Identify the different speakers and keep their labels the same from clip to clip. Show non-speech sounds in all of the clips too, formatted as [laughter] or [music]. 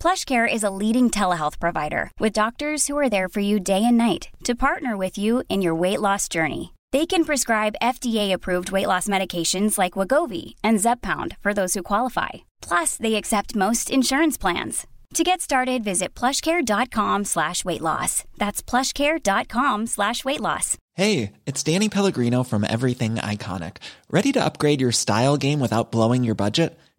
Speaker 1: PlushCare is a leading telehealth provider with doctors who are there for you day and night to partner with you in your weight loss journey. They can prescribe FDA-approved weight loss medications like Wagovi and Zepbound for those who qualify. Plus, they accept most insurance plans. To get started, visit plushcare.com slash weight loss. That's plushcare.com slash weight loss.
Speaker 2: Hey, it's Danny Pellegrino from Everything Iconic. Ready to upgrade your style game without blowing your budget?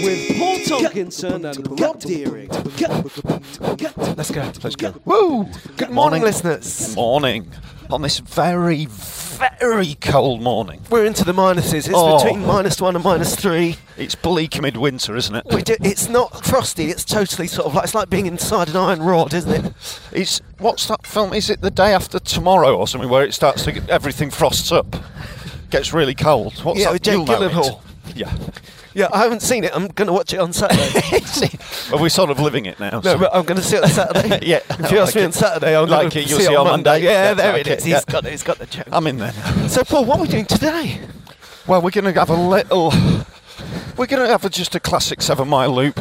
Speaker 3: with Paul Tomkinson and Rob Deering.
Speaker 4: Let's go. Let's go.
Speaker 5: Woo! Good morning,
Speaker 4: Morning.
Speaker 5: listeners.
Speaker 4: Morning. On this very, very cold morning.
Speaker 5: We're into the minuses. It's
Speaker 4: Oh.
Speaker 5: between minus one and minus three.
Speaker 4: It's bleak midwinter, isn't it?
Speaker 5: We do, it's not frosty. It's totally sort of like it's like being inside an iron rod, isn't it?
Speaker 4: It's what's that film? Is it the day after tomorrow or something where it starts to get, everything frosts up, gets really cold? What's
Speaker 5: Yeah,
Speaker 4: that?
Speaker 5: with Jake
Speaker 4: You'll know it.
Speaker 5: Gyllenhaal.
Speaker 4: Yeah.
Speaker 5: Yeah, I haven't seen it. I'm going to watch it on [laughs] Saturday.
Speaker 4: Well, we're sort of living it now.
Speaker 5: no,
Speaker 4: so-
Speaker 5: but I'm going to see it on Saturday.
Speaker 4: [laughs] Yeah,
Speaker 5: If you ask
Speaker 4: like
Speaker 5: me
Speaker 4: it.
Speaker 5: on Saturday, I'm
Speaker 4: Like
Speaker 5: going
Speaker 4: it,
Speaker 5: to
Speaker 4: you'll
Speaker 5: see
Speaker 4: see
Speaker 5: it
Speaker 4: on
Speaker 5: on
Speaker 4: Monday.
Speaker 5: Yeah,
Speaker 4: Yeah,
Speaker 5: there
Speaker 4: like
Speaker 5: it is.
Speaker 4: it,
Speaker 5: He's
Speaker 4: yeah. Um,
Speaker 5: got it. He's got the joke.
Speaker 4: I'm in there. now.
Speaker 5: So, Paul, what are we doing today?
Speaker 4: Well, we're going to have a little. We're going to have a, just a classic seven-mile loop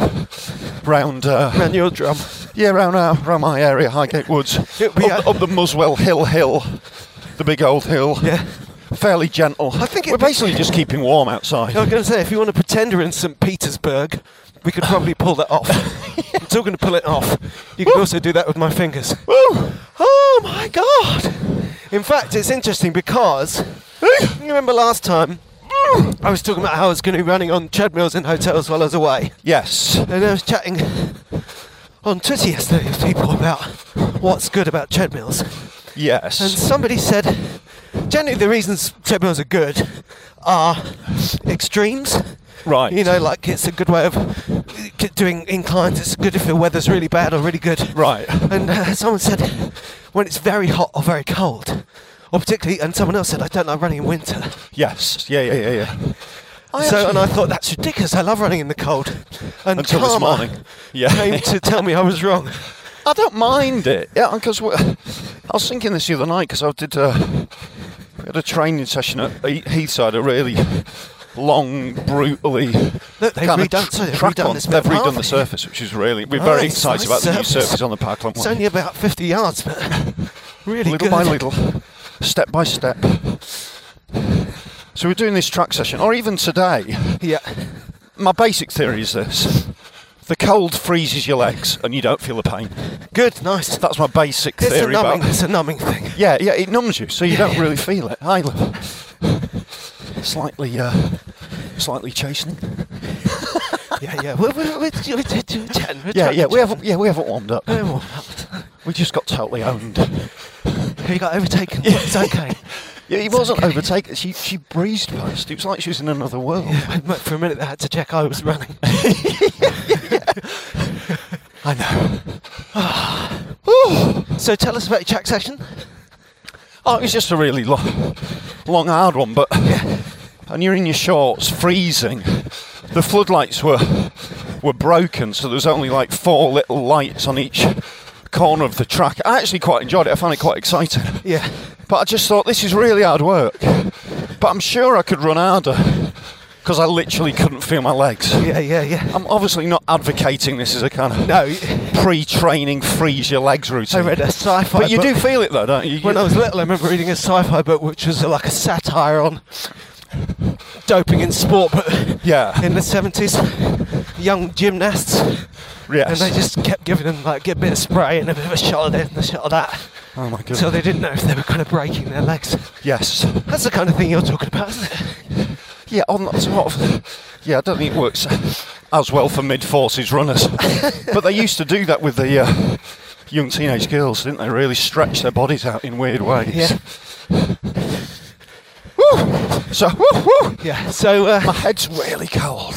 Speaker 4: round. Uh,
Speaker 5: Man, your drum.
Speaker 4: Yeah, round, our, round my area, Highgate Woods.
Speaker 5: Yeah,
Speaker 4: up,
Speaker 5: we had-
Speaker 4: the, up the Muswell Hill Hill, the big old hill.
Speaker 5: Yeah.
Speaker 4: Fairly gentle. I
Speaker 5: think
Speaker 4: We're
Speaker 5: it'd be-
Speaker 4: basically just keeping warm outside.
Speaker 5: I was going to say, if you want to pretend we're in St. Petersburg, we could probably pull that
Speaker 4: [laughs]
Speaker 5: off. I'm still going to pull it off. You could also do that with my fingers.
Speaker 4: Woo!
Speaker 5: Oh my god! In fact, it's interesting because you remember last time I was talking about how I was going to be running on treadmills in hotels while I was away,
Speaker 4: Yes.
Speaker 5: and I was chatting on Twitter yesterday with people about what's good about treadmills,
Speaker 4: Yes.
Speaker 5: and somebody said generally the reasons treadmills are good are extremes.
Speaker 4: right.
Speaker 5: You know, like it's a good way of g- doing inclines. It's good if the weather's really bad or really good.
Speaker 4: Right.
Speaker 5: And uh, someone said, when it's very hot or very cold, or particularly, and someone else said, I don't like running in winter.
Speaker 4: Yes. Yeah, yeah, yeah, yeah.
Speaker 5: so, and I thought, that's ridiculous. I love running in the cold. And
Speaker 4: Until this
Speaker 5: Karma
Speaker 4: morning. Yeah.
Speaker 5: came to tell me I was wrong.
Speaker 4: I don't mind it. Yeah, because I was thinking this the other night because I did a, we had a training session at He- Heathside, a really long, brutally
Speaker 5: Look, they've
Speaker 4: kind of
Speaker 5: redone- so they've
Speaker 4: track
Speaker 5: redone
Speaker 4: on.
Speaker 5: this bit
Speaker 4: They've
Speaker 5: of path.
Speaker 4: redone the surface, which is really we're very
Speaker 5: Nice, nice
Speaker 4: excited about the new
Speaker 5: surface.
Speaker 4: surface on the parkland.
Speaker 5: It's only about 50 yards,
Speaker 4: [laughs]
Speaker 5: but really
Speaker 4: little
Speaker 5: good.
Speaker 4: by little, step by step. So we're doing this track session, or even today.
Speaker 5: Yeah.
Speaker 4: My basic theory is this: the cold freezes your legs, and you don't feel the pain.
Speaker 5: Good, nice.
Speaker 4: That's my basic
Speaker 5: It's a
Speaker 4: theory
Speaker 5: numbing,
Speaker 4: about.
Speaker 5: it's a numbing
Speaker 4: [laughs]
Speaker 5: thing.
Speaker 4: Yeah, yeah, it numbs you, so you don't really feel it. I love slightly, uh, slightly chastening.
Speaker 5: Yeah, yeah. We're, we're, we're, we're chatting. We're chatting,
Speaker 4: Yeah, yeah, we haven't, yeah, we haven't warmed up.
Speaker 5: chatting. Oh,
Speaker 4: We just got totally owned.
Speaker 5: He got overtaken. It's okay. [laughs]
Speaker 4: Yeah, he wasn't overtaken. She, she breezed past. It was like she was in another world. [sighs]
Speaker 5: I- For a minute, I had to check I was
Speaker 4: [laughs]
Speaker 5: running. [laughs]
Speaker 4: I know.
Speaker 5: So tell us about your track session.
Speaker 4: Oh, it was just a really long, long, hard one, but and you're in your shorts, freezing. The floodlights were were broken, so there was only like four little lights on each corner of the track. I actually quite enjoyed it. I found it quite exciting.
Speaker 5: Yeah.
Speaker 4: But I just thought this is really hard work. But I'm sure I could run harder because I literally couldn't feel my legs.
Speaker 5: Yeah, yeah, yeah.
Speaker 4: I'm obviously not advocating this as a kind of
Speaker 5: No, y-
Speaker 4: pre-training freeze your legs routine.
Speaker 5: I read a sci-fi
Speaker 4: but you do
Speaker 5: book.
Speaker 4: feel it though, don't you?
Speaker 5: When I was little, I remember reading a sci-fi book which was uh, like a satire on doping in sport, but
Speaker 4: yeah.
Speaker 5: in the seventies. young gymnasts, and
Speaker 4: Yes.
Speaker 5: they just kept giving them like a bit of spray and a bit of a shot of this and a shot of that,
Speaker 4: oh my goodness.
Speaker 5: so they didn't know if they were kind of breaking their legs.
Speaker 4: Yes.
Speaker 5: That's the kind of thing you're talking about, isn't it?
Speaker 4: Yeah, on that sort of. Yeah, I don't think it works as well for mid
Speaker 5: [laughs]
Speaker 4: forces runners. but they used to do that with the uh, young teenage girls, didn't they? Really stretch their bodies out in weird ways.
Speaker 5: Yeah.
Speaker 4: Woo! So, woo, woo!
Speaker 5: Yeah. So uh,
Speaker 4: My head's really cold.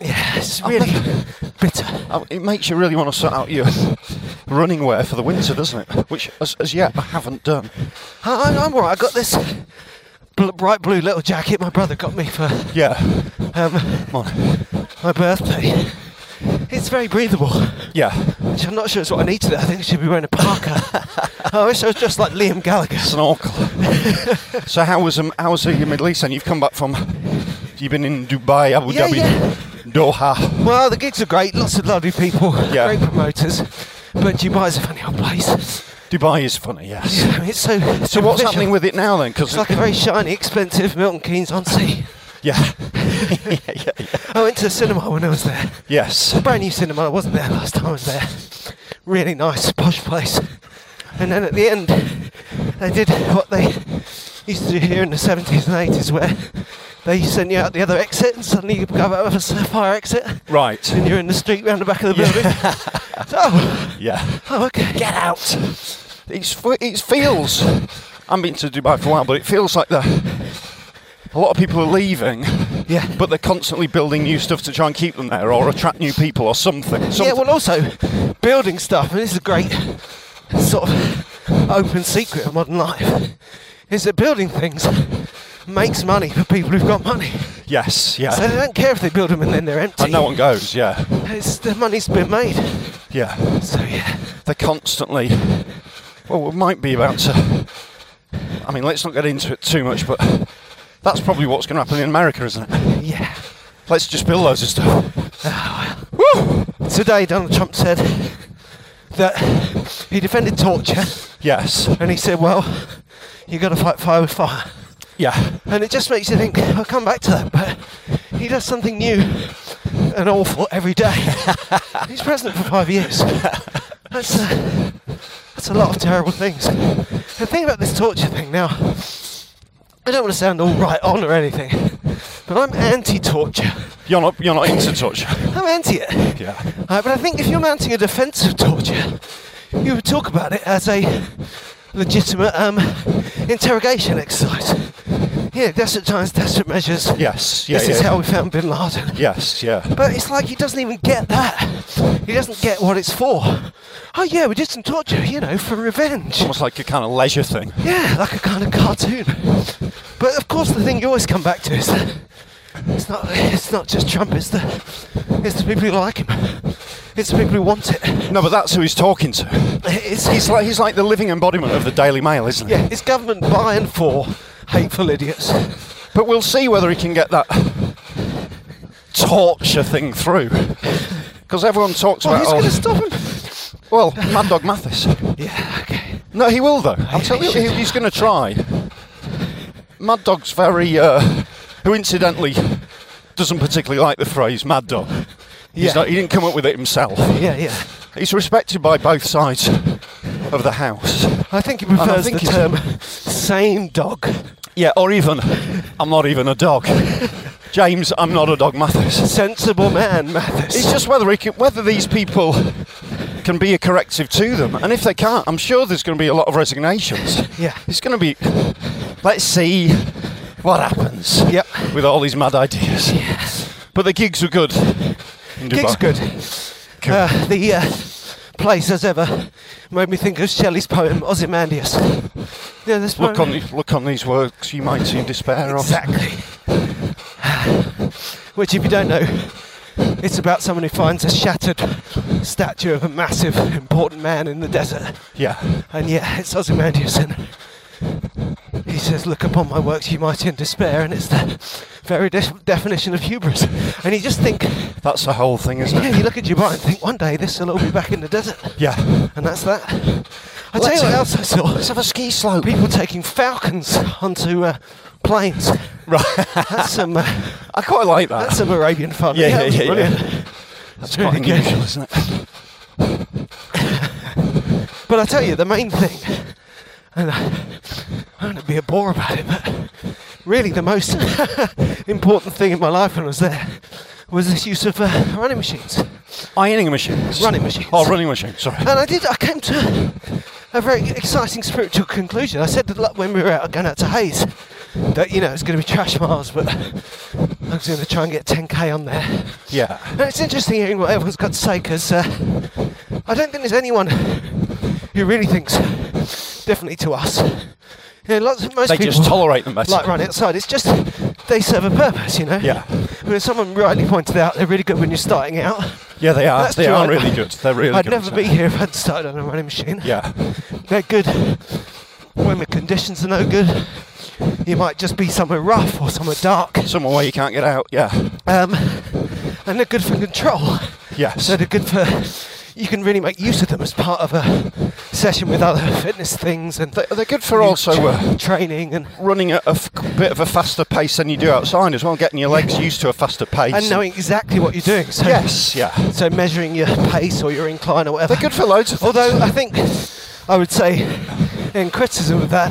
Speaker 5: yeah, it's
Speaker 4: I
Speaker 5: really
Speaker 4: think-
Speaker 5: bitter.
Speaker 4: Um, It makes you really want to sort out your running wear for the winter, doesn't it? Which, as, as yet, I haven't done.
Speaker 5: I, I'm alright. I got this bl- bright blue little jacket my brother got me for
Speaker 4: Yeah.
Speaker 5: um,
Speaker 4: Come on.
Speaker 5: my birthday. It's very breathable.
Speaker 4: Yeah.
Speaker 5: Which I'm not sure it's what I need today. I think I should be wearing a
Speaker 4: [laughs]
Speaker 5: parka. Oh, I wish I was just like Liam Gallagher.
Speaker 4: Snorkel. so how was um, how was the Middle East? And you've come back from you've been in Dubai, Abu
Speaker 5: Yeah,
Speaker 4: Dhabi,
Speaker 5: yeah.
Speaker 4: Doha.
Speaker 5: Well, the gigs are great. Lots of lovely people.
Speaker 4: Yeah.
Speaker 5: Great promoters. But Dubai's a funny old place.
Speaker 4: Dubai is funny, yes.
Speaker 5: I mean, it's so.
Speaker 4: So what's happening with it now then? Because
Speaker 5: It's like a very shiny, expensive Milton Keynes on sea.
Speaker 4: [laughs]
Speaker 5: [laughs]
Speaker 4: yeah,
Speaker 5: I went to the cinema when I was there.
Speaker 4: yes,
Speaker 5: Brand new cinema. I wasn't there last time I was there. Really nice, posh place. And then at the end, they did what they used to do here in the 70s and 80s, where they send you out the other exit, and suddenly you go out of a fire exit,
Speaker 4: right,
Speaker 5: and you're in the street round the back of the building. [laughs] oh,
Speaker 4: yeah.
Speaker 5: oh, okay. Get out.
Speaker 4: It's f- it feels. I've been to Dubai for a while, but it feels like the a lot of people are leaving.
Speaker 5: Yeah.
Speaker 4: But they're constantly building new stuff to try and keep them there, or attract new people, or something.
Speaker 5: Yeah,
Speaker 4: Something-
Speaker 5: well, also building stuff, and this is a great sort of open secret of modern life, is that building things makes money for people who've got money.
Speaker 4: yes, yeah.
Speaker 5: So they don't care if they build them and then they're empty.
Speaker 4: and no one goes. Yeah,
Speaker 5: It's, the money's been made.
Speaker 4: yeah.
Speaker 5: So yeah,
Speaker 4: they're constantly. Well, we might be about to. I mean, let's not get into it too much, but that's probably what's going to happen in America, isn't it?
Speaker 5: yeah.
Speaker 4: Let's just build loads of stuff.
Speaker 5: Today, Donald Trump said that he defended torture,
Speaker 4: Yes.
Speaker 5: and he said, "Well, you got to fight fire with fire."
Speaker 4: Yeah.
Speaker 5: And it just makes you think, I'll come back to that, but he does something new and awful every day. He's president for five years. That's a, that's a lot of terrible things. The thing about this torture thing now, I don't want to sound all right on or anything, but I'm anti torture.
Speaker 4: You're not. You're not into touch.
Speaker 5: I'm anti it.
Speaker 4: Yeah.
Speaker 5: Uh, but I think if you're mounting a defence of torture, you would talk about it as a legitimate um, interrogation exercise. Yeah, desperate times, desperate measures.
Speaker 4: Yes. Yeah.
Speaker 5: this
Speaker 4: yeah.
Speaker 5: is how we found Bin Laden.
Speaker 4: Yes. Yeah.
Speaker 5: But it's like he doesn't even get that. He doesn't get what it's for. Oh yeah, we did some torture, you know, for revenge.
Speaker 4: Almost like a kind of leisure thing.
Speaker 5: Yeah, like a kind of cartoon. But of course, the thing you always come back to is that it's not it's not just Trump. It's the it's the people who like him. It's the people who want it.
Speaker 4: No, but that's who he's talking to.
Speaker 5: It's
Speaker 4: He's like he's like the living embodiment of the Daily Mail, isn't he?
Speaker 5: yeah, it's government by and for hateful idiots.
Speaker 4: But we'll see whether he can get that torture thing through. Because everyone talks
Speaker 5: Well,
Speaker 4: about.
Speaker 5: who's
Speaker 4: oh,
Speaker 5: going to stop him?
Speaker 4: Well, Mad Dog Mathis.
Speaker 5: Yeah, okay.
Speaker 4: No, he will though. I'll tell you, he- he's going to try. Mad Dog's very, uh, who incidentally doesn't particularly like the phrase Mad Dog.
Speaker 5: Yeah.
Speaker 4: He's not, he didn't come up with it himself.
Speaker 5: Yeah, yeah.
Speaker 4: He's respected by both sides of the house.
Speaker 5: I think he
Speaker 4: I
Speaker 5: prefers
Speaker 4: think
Speaker 5: the
Speaker 4: he's-
Speaker 5: term "same dog."
Speaker 4: Yeah, or even, I'm not even a dog. James, I'm not a dog Mathis.
Speaker 5: Sensible man, Mathis.
Speaker 4: It's just whether, he can, whether these people can be a corrective to them. And if they can't, I'm sure there's going to be a lot of resignations.
Speaker 5: Yeah.
Speaker 4: It's going to be, let's see what happens
Speaker 5: Yep.
Speaker 4: with all these mad ideas. But the gigs were good. in
Speaker 5: Gig's
Speaker 4: Dubai.
Speaker 5: good.
Speaker 4: Cool.
Speaker 5: Uh, the uh, place, as ever, made me think of Shelley's poem Ozymandias. Yeah, this
Speaker 4: Look on,
Speaker 5: poem.
Speaker 4: the- look on these works, you might see despair. of-
Speaker 5: exactly. [sighs] Which, if you don't know, it's about someone who finds a shattered statue of a massive, important man in the desert.
Speaker 4: Yeah.
Speaker 5: And yeah, it's Ozymandias. And he says, Look upon my works, you mighty in despair. And it's the very de- definition of hubris. And you just think,
Speaker 4: That's the whole thing, isn't
Speaker 5: yeah,
Speaker 4: it?
Speaker 5: you look at Dubai and think, one day this will all be back in the desert.
Speaker 4: Yeah.
Speaker 5: And that's that. I tell
Speaker 4: Let's
Speaker 5: you what
Speaker 4: have-
Speaker 5: else I
Speaker 4: Let's
Speaker 5: saw.
Speaker 4: have a ski slope.
Speaker 5: People taking falcons onto uh, planes.
Speaker 4: Right.
Speaker 5: That's some uh,
Speaker 4: I quite like that. [laughs]
Speaker 5: that's some Arabian fun.
Speaker 4: Yeah, yeah,
Speaker 5: it was
Speaker 4: yeah, yeah.
Speaker 5: brilliant.
Speaker 4: That's
Speaker 5: Do it
Speaker 4: quite
Speaker 5: again.
Speaker 4: unusual, isn't it?
Speaker 5: But I tell you, the main thing, and uh, I, I'm going to be a bore about it, but really the most [laughs] important thing in my life when I was there was this use of uh, running machines.
Speaker 4: Ironing machines.
Speaker 5: Running Uh, machines.
Speaker 4: Oh, running machines, sorry.
Speaker 5: And I did, I came to a very exciting spiritual conclusion. I said that like, when we were out going out to Hayes, that, you know, it's going to be trash miles, but I was going to try and get 10k on there.
Speaker 4: Yeah.
Speaker 5: And it's interesting hearing what everyone's got to say because uh, I don't think there's anyone who really thinks differently to us. You know, lots of most
Speaker 4: They
Speaker 5: people
Speaker 4: just tolerate them better.
Speaker 5: like running outside. It's just they serve a purpose, you know.
Speaker 4: Yeah.
Speaker 5: But as someone rightly pointed out, they're really good when you're starting out.
Speaker 4: Yeah, they are.
Speaker 5: That's
Speaker 4: they
Speaker 5: true.
Speaker 4: are
Speaker 5: I'd-
Speaker 4: really good. They're really
Speaker 5: I'd
Speaker 4: good.
Speaker 5: never
Speaker 4: at
Speaker 5: be
Speaker 4: it.
Speaker 5: here if I would started on a running machine.
Speaker 4: Yeah.
Speaker 5: They're good when the conditions are no good. You might just be somewhere rough or somewhere dark.
Speaker 4: Somewhere where you can't get out. Yeah.
Speaker 5: Um, and they're good for control.
Speaker 4: Yes.
Speaker 5: So they're good for. You can really make use of them as part of a session with other fitness things, and
Speaker 4: They're good for also uh,
Speaker 5: training and
Speaker 4: running at a f- bit of a faster pace than you do outside as well, getting your legs used to a faster pace.
Speaker 5: and knowing exactly what you're doing. So,
Speaker 4: [laughs] Yes, yeah.
Speaker 5: So measuring your pace or your incline or whatever.
Speaker 4: They're good for loads of things.
Speaker 5: Although I think I would say, in criticism of that,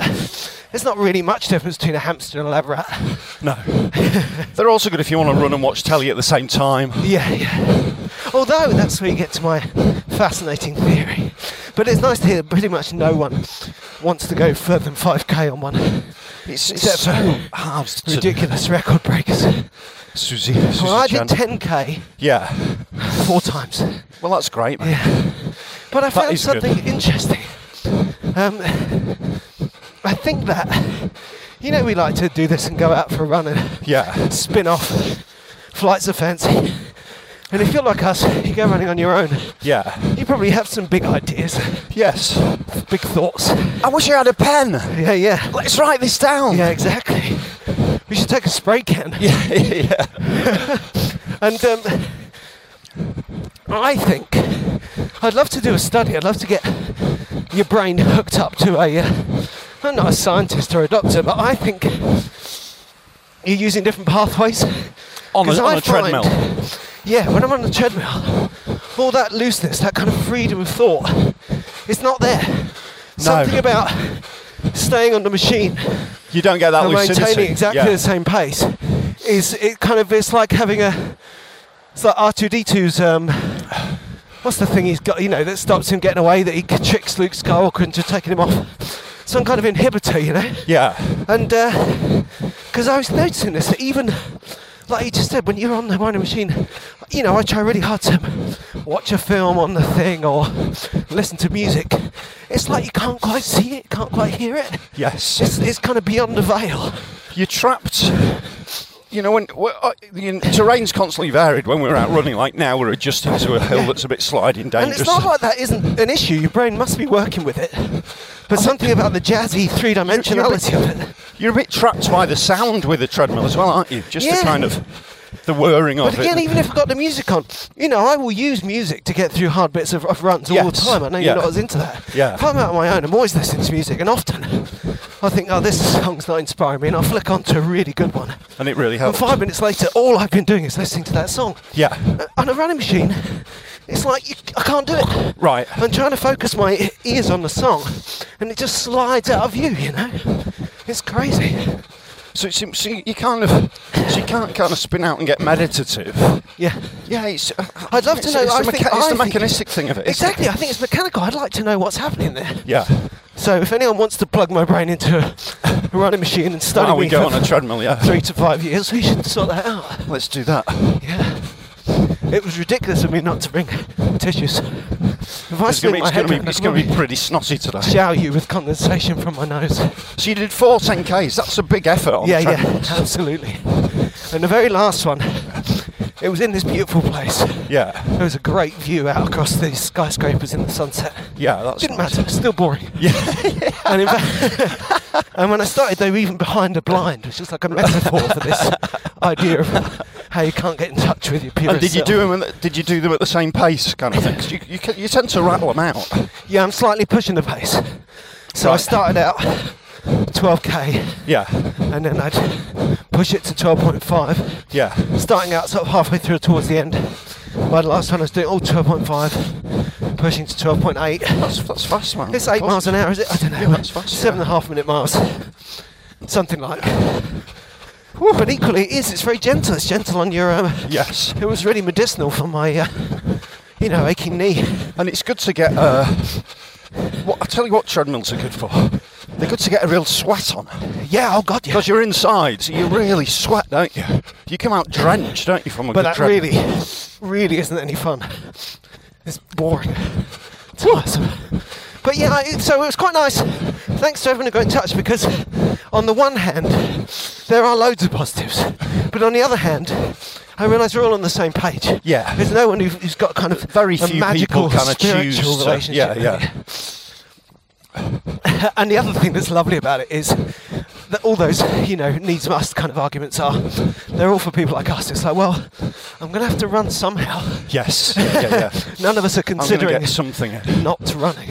Speaker 5: there's not really much difference between a hamster and a lab rat.
Speaker 4: [laughs] No. They're also good if you want to run and watch telly at the same time.
Speaker 5: Yeah, yeah. Although that's where you get to my fascinating theory. But it's nice to hear that pretty much no one wants to go further than 5k on one.
Speaker 4: It's,
Speaker 5: Except [laughs]
Speaker 4: so hard. to-
Speaker 5: Ridiculous record breakers.
Speaker 4: Susie.
Speaker 5: Well, I did 10k
Speaker 4: Yeah.
Speaker 5: four times.
Speaker 4: Well, that's great, man.
Speaker 5: Yeah. But I found
Speaker 4: is good.
Speaker 5: something interesting. Um, I think that, you know, we like to do this and go out for a run and
Speaker 4: Yeah.
Speaker 5: spin off. Flights are fancy. And if you're like us, you go running on your own.
Speaker 4: Yeah.
Speaker 5: You probably have some big ideas,
Speaker 4: Yes.
Speaker 5: big thoughts.
Speaker 4: I wish I had a pen.
Speaker 5: Yeah, yeah.
Speaker 4: Let's write this down.
Speaker 5: Yeah, exactly. We should take a spray can.
Speaker 4: Yeah. [laughs] yeah.
Speaker 5: And um, I think I'd love to do a study. I'd love to get your brain hooked up to a. Uh, I'm not a scientist or a doctor, but I think you're using different pathways.
Speaker 4: On a,
Speaker 5: 'Cause I
Speaker 4: on a
Speaker 5: find-
Speaker 4: treadmill.
Speaker 5: Yeah, when I'm on the treadmill, all that looseness, that kind of freedom of thought, it's not there. Something about staying on the machine
Speaker 4: You don't get that
Speaker 5: and
Speaker 4: lucidity.
Speaker 5: maintaining exactly
Speaker 4: Yeah.
Speaker 5: the same pace is it kind of it's like having a it's like R2D2's um what's the thing he's got you know that stops him getting away that he tricks Luke Skywalker into taking him off some kind of inhibitor you know
Speaker 4: Yeah.
Speaker 5: and because I was noticing this that even like you just said when you're on the running machine you know I try really hard to watch a film on the thing or listen to music it's like you can't quite see it can't quite hear it
Speaker 4: Yes.
Speaker 5: it's, it's kind of beyond the veil
Speaker 4: you're trapped. You know, when w- uh, the in- terrain's constantly varied when we're out running, like now we're adjusting to a hill that's a bit sliding,
Speaker 5: And
Speaker 4: dangerous.
Speaker 5: it's not like that isn't an issue. Your brain must be working with it. But something about the jazzy three dimensionality of it.
Speaker 4: you're a bit trapped by the sound with the treadmill as well, aren't you? Just
Speaker 5: Yeah.
Speaker 4: the kind of the whirring
Speaker 5: But
Speaker 4: of
Speaker 5: again,
Speaker 4: it.
Speaker 5: even if I've got the music on, you know, I will use music to get through hard bits of, of runs all the
Speaker 4: Yes.
Speaker 5: time. I know
Speaker 4: Yeah.
Speaker 5: you're not as into that.
Speaker 4: Yeah.
Speaker 5: If I'm out on my own, I'm always listening to music, and often I think, oh, this song's not inspiring me, and I'll flick on to a really good one.
Speaker 4: and it really
Speaker 5: And
Speaker 4: helps.
Speaker 5: five minutes later, all I've been doing is listening to that song.
Speaker 4: Yeah.
Speaker 5: On a running machine, it's like you, I can't do it.
Speaker 4: Right.
Speaker 5: I'm trying to focus my ears on the song, and it just slides out of view. You know, it's crazy.
Speaker 4: So, it's, so you kind of, so you can't kind of spin out and get meditative.
Speaker 5: Yeah,
Speaker 4: Yeah, it's. uh,
Speaker 5: I'd love to
Speaker 4: it's-
Speaker 5: know.
Speaker 4: It's,
Speaker 5: I
Speaker 4: the,
Speaker 5: think-
Speaker 4: mecha- it's
Speaker 5: I
Speaker 4: the
Speaker 5: think-
Speaker 4: mechanistic thing of it. isn't
Speaker 5: exactly.
Speaker 4: it?
Speaker 5: I think it's mechanical. I'd like to know what's happening there.
Speaker 4: Yeah.
Speaker 5: So, if anyone wants to plug my brain into a running machine and study
Speaker 4: Now we
Speaker 5: me
Speaker 4: go
Speaker 5: for [laughs]
Speaker 4: on a treadmill. Yeah.
Speaker 5: three to five years, we should sort that out.
Speaker 4: Let's do that.
Speaker 5: Yeah. It was ridiculous of me not to bring tissues. If I
Speaker 4: It's going
Speaker 5: split my head,
Speaker 4: to
Speaker 5: round,
Speaker 4: be. It's
Speaker 5: I'd
Speaker 4: going to be
Speaker 5: probably
Speaker 4: pretty snotty today.
Speaker 5: shower you with condensation from my nose.
Speaker 4: So you did four 10Ks. That's a big effort on
Speaker 5: yeah, yeah, [laughs]
Speaker 4: treadmills.
Speaker 5: absolutely. And the very last one, it was in this beautiful place.
Speaker 4: Yeah.
Speaker 5: There was a great view out across the skyscrapers in the sunset.
Speaker 4: Yeah, that's
Speaker 5: Didn't
Speaker 4: nice.
Speaker 5: matter, still
Speaker 4: [laughs]
Speaker 5: boring. Yeah. and, in fact, [laughs] and when I started, they were even behind a blind, which is like a metaphor for
Speaker 4: [laughs]
Speaker 5: this idea of how you can't get in touch with your pure
Speaker 4: And did you do them? Did you do them at the same pace, kind of thing? 'Cause you, you, can- you tend to rattle them out.
Speaker 5: Yeah, I'm slightly pushing the pace. So I
Speaker 4: Right.
Speaker 5: started out 12k,
Speaker 4: Yeah,
Speaker 5: and then I'd push it to 12.5.
Speaker 4: yeah,
Speaker 5: starting out sort of halfway through towards the end, By the last time I was doing all 12.5, pushing to 12.8.
Speaker 4: That's, that's fast, man.
Speaker 5: It's eight miles an hour, is it? I don't know.
Speaker 4: Yeah, that's fast,
Speaker 5: Seven
Speaker 4: yeah.
Speaker 5: and a half minute miles. Something like that. Whew, But equally, it is. It's very gentle. It's gentle on your. Um,
Speaker 4: Yes.
Speaker 5: It was really medicinal for my, uh, you know, aching knee.
Speaker 4: And it's good to get. Uh, what, I tell you what, treadmills are good for. They're good to get a real sweat on.
Speaker 5: Yeah, oh god, yeah.
Speaker 4: Because you're inside, so you really sweat, don't you? You come out drenched, don't you, from a
Speaker 5: But
Speaker 4: good
Speaker 5: that
Speaker 4: treadmill?
Speaker 5: really, really isn't any fun. It's boring. It's awesome. But yeah, I, so it was quite nice. Thanks to everyone who got in touch because, on the one hand, there are loads of positives, but on the other hand, I realise we're all on the same page.
Speaker 4: Yeah.
Speaker 5: There's no one who's, who's got kind of
Speaker 4: Very
Speaker 5: a
Speaker 4: few
Speaker 5: magical
Speaker 4: people kind of choose.
Speaker 5: spiritual
Speaker 4: To,
Speaker 5: relationship. Uh,
Speaker 4: yeah, yeah.
Speaker 5: And the other thing that's lovely about it is that all those, you know, needs must kind of arguments are, they're all for people like us. It's like, well, I'm going to have to run somehow.
Speaker 4: Yes. Yeah, yeah.
Speaker 5: None of us are
Speaker 4: I'm going to
Speaker 5: considering
Speaker 4: get something.
Speaker 5: not running.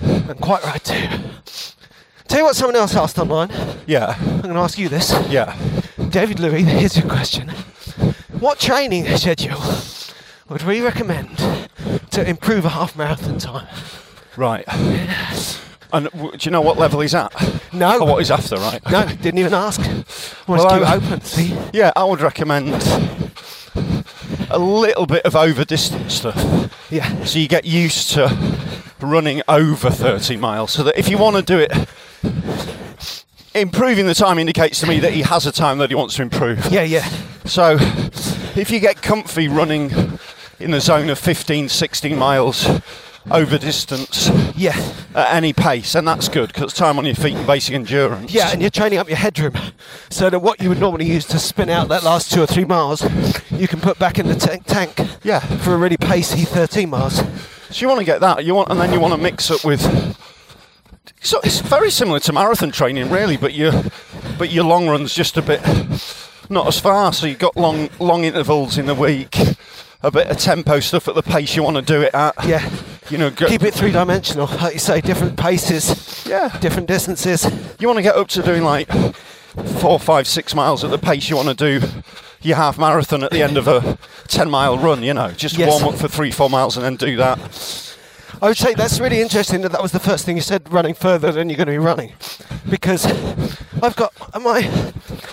Speaker 5: And quite right too. Tell you what someone else asked online. I'm
Speaker 4: Yeah.
Speaker 5: going to ask you this.
Speaker 4: Yeah.
Speaker 5: David Louis, here's your question. What training schedule would we recommend to improve a half marathon time?
Speaker 4: Right. And w- do you know what level he's at?
Speaker 5: No.
Speaker 4: Or Oh, what he's after, right?
Speaker 5: No, didn't even ask. Want
Speaker 4: Well, um,
Speaker 5: to keep
Speaker 4: I-
Speaker 5: it open, see?
Speaker 4: Yeah, I would recommend a little bit of over distance stuff.
Speaker 5: Yeah.
Speaker 4: So you get used to running over 30 miles. So that if you want to do it, improving the time indicates to me that he has a time that he wants to improve.
Speaker 5: Yeah, yeah.
Speaker 4: So if you get comfy running in the zone of 15, 16 miles over distance
Speaker 5: Yeah.
Speaker 4: at any pace, then that's good because time on your feet and basic endurance.
Speaker 5: Yeah, and you're training up your headroom [laughs] so that what you would normally use to spin out that last two or three miles, you can put back in the tank tank
Speaker 4: Yeah.
Speaker 5: for a really pacey 13 miles.
Speaker 4: So you want to get that, you want, and then you want to mix up with. So it's very similar to marathon training, really, but your but your long runs just a bit not as far. So you've got long long intervals in the week, a bit of tempo stuff at the pace you want to do it at.
Speaker 5: Yeah.
Speaker 4: you know, go,
Speaker 5: Keep it three dimensional, like you say, different paces,
Speaker 4: Yeah,
Speaker 5: different distances.
Speaker 4: you want to get up to doing like four, five, six miles at the pace you want to do your half marathon at the end of a ten mile run. You know, just
Speaker 5: Yes.
Speaker 4: warm up for three, four miles and then do that.
Speaker 5: I would say that's really interesting that that was the first thing you said, running further than you're going to be running. Because I've got uh, my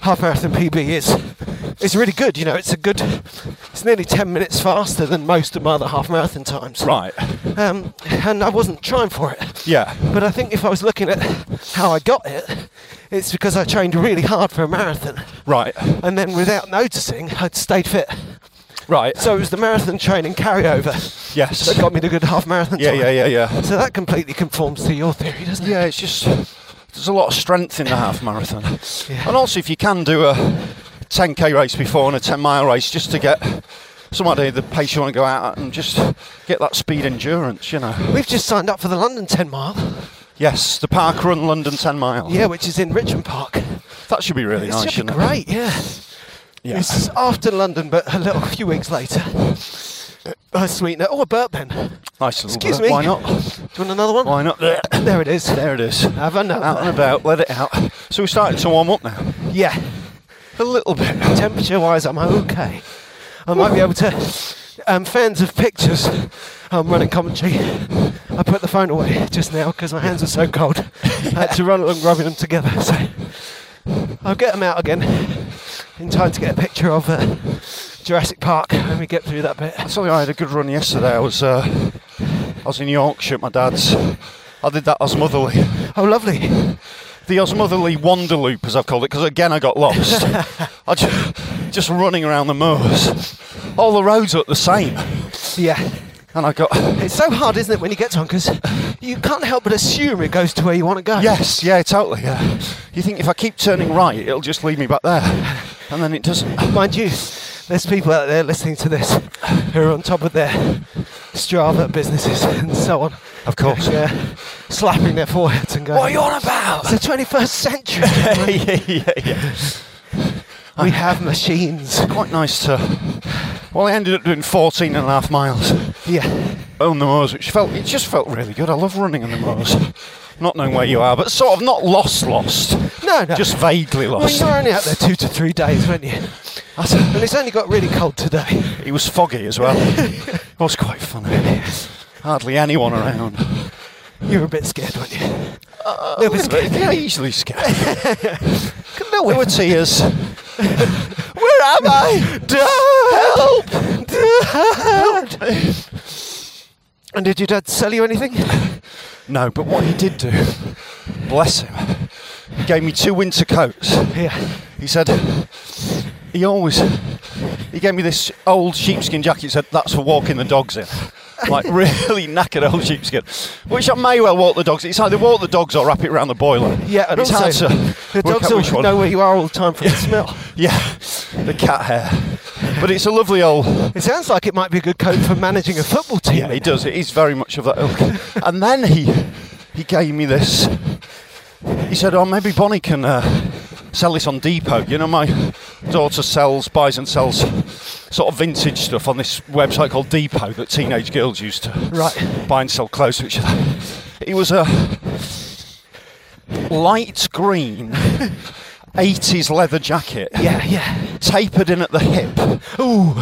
Speaker 5: half marathon PB is it's really good, you know, it's a good, it's nearly 10 minutes faster than most of my other half marathon times.
Speaker 4: Right.
Speaker 5: Um, and I wasn't trying for it.
Speaker 4: Yeah.
Speaker 5: But I think if I was looking at how I got it, it's because I trained really hard for a marathon.
Speaker 4: Right.
Speaker 5: And then without noticing, I'd stayed fit.
Speaker 4: Right.
Speaker 5: So it was the marathon training carryover
Speaker 4: yes.
Speaker 5: that got me the good half marathon
Speaker 4: Yeah,
Speaker 5: time.
Speaker 4: yeah, yeah, yeah.
Speaker 5: So that completely conforms to your theory, doesn't it?
Speaker 4: Yeah, it's just there's a lot of strength in the half marathon,
Speaker 5: Yeah.
Speaker 4: and also if you can do a 10k race before and a 10 mile race, just to get some idea of the pace you want to go out at, and just get that speed endurance, you know.
Speaker 5: We've just signed up for the London 10 mile.
Speaker 4: Yes, the park run London 10 mile.
Speaker 5: Yeah, which is in Richmond Park.
Speaker 4: that should be really
Speaker 5: It
Speaker 4: nice.
Speaker 5: should be
Speaker 4: shouldn't
Speaker 5: great, yeah.
Speaker 4: It? Yeah.
Speaker 5: It's after London, but a little few weeks later. A sweetener. Oh, a burp then. Do
Speaker 4: nice little
Speaker 5: Excuse
Speaker 4: bit.
Speaker 5: me.
Speaker 4: Why not?
Speaker 5: you want another one?
Speaker 4: Why not? There,
Speaker 5: There it is.
Speaker 4: there it is.
Speaker 5: Have another.
Speaker 4: Out and about, let it out. So we're starting to warm up now.
Speaker 5: Yeah.
Speaker 4: A little bit.
Speaker 5: Temperature wise, I'm okay. I might be able to. Um, fans of pictures, I'm running commentary. I put the phone away just now because my hands are so cold. I had to run along rubbing them together. So I'll get them out again in time to get a picture of uh, Jurassic Park when we get through that bit.
Speaker 4: I tell you, I had a good run yesterday. I was, uh, I was in Yorkshire at my dad's. I did that Osmotherly.
Speaker 5: Oh, lovely.
Speaker 4: The Osmotherly Wander Loop, as I've called it, because again I
Speaker 5: [laughs]
Speaker 4: got lost. I just, just running around the moors. All the roads look the same.
Speaker 5: Yeah.
Speaker 4: And I got.
Speaker 5: It's so hard, isn't it, when you get on because you can't help but assume it goes to where you want to go.
Speaker 4: Yes, yeah, totally, yeah. You think if I keep turning right, it'll just lead me back there. And then it doesn't.
Speaker 5: Mind you, there's people out there listening to this who are on top of their Strava businesses and so on.
Speaker 4: Of course.
Speaker 5: Yeah, slapping their foreheads and going,
Speaker 4: What are you on about?
Speaker 5: It's the 21st century.
Speaker 4: [laughs] yeah, yeah, yeah.
Speaker 5: we have machines.
Speaker 4: Quite nice to. Well, I ended up doing 14 and a half miles
Speaker 5: Yeah,
Speaker 4: on the moors, which felt. It just felt really good. I love running on the moors. Not knowing where you are, but sort of not lost, lost.
Speaker 5: No, no.
Speaker 4: Just vaguely
Speaker 5: well,
Speaker 4: lost.
Speaker 5: you were only out there two to three days, weren't you? and it's only got really cold today.
Speaker 4: It was foggy as [laughs] well. it was quite funny. Hardly anyone around.
Speaker 5: You were a bit scared, weren't you?
Speaker 4: Uh,
Speaker 5: A little bit scared.
Speaker 4: Yeah, easily [laughs] scared.
Speaker 5: No,
Speaker 4: There
Speaker 5: we
Speaker 4: were
Speaker 5: were
Speaker 4: tears. [laughs]
Speaker 5: Where am I? Help! Help! And did your dad sell you anything?
Speaker 4: No, but what he did do, bless him, he gave me two winter coats.
Speaker 5: Yeah.
Speaker 4: He said, he always, he gave me this old sheepskin jacket. He said, that's for walking the dogs in.
Speaker 5: [laughs]
Speaker 4: Like really knackered old sheepskin, which I may well walk the dogs. in. It's either walk the dogs or wrap it around the boiler.
Speaker 5: Yeah, and
Speaker 4: it's hard
Speaker 5: also,
Speaker 4: to
Speaker 5: the
Speaker 4: work out
Speaker 5: dogs
Speaker 4: which
Speaker 5: will
Speaker 4: one.
Speaker 5: know where you are all the time from the smell.
Speaker 4: Yeah, the cat hair. But it's a lovely old
Speaker 5: It sounds like it might be a good coat for managing a football team.
Speaker 4: Yeah, he does. It is very much of that
Speaker 5: [laughs]
Speaker 4: ilk. and then he he gave me this. He said, "Oh, maybe Bonnie can uh, sell this on Depot." You know, my daughter sells, buys and sells sort of vintage stuff on this website called Depot that teenage girls used to
Speaker 5: Right.
Speaker 4: buy and sell clothes to each other. It was a light
Speaker 5: [laughs]
Speaker 4: green. 80s leather jacket,
Speaker 5: Yeah, yeah.
Speaker 4: tapered in at the hip,
Speaker 5: Ooh,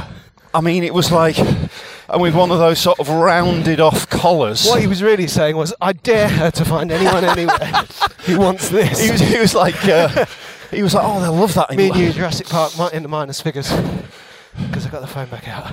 Speaker 4: I mean, it was like, and with one of those sort of rounded off collars.
Speaker 5: what he was really saying was, I dare her to find anyone [laughs] anywhere who wants this.
Speaker 4: He was, he was like, uh, he was like, oh, they'll love that. in
Speaker 5: Me and
Speaker 4: Lo-
Speaker 5: you, Jurassic Park, mi- in the minus figures. Because I got the phone back [sighs] out.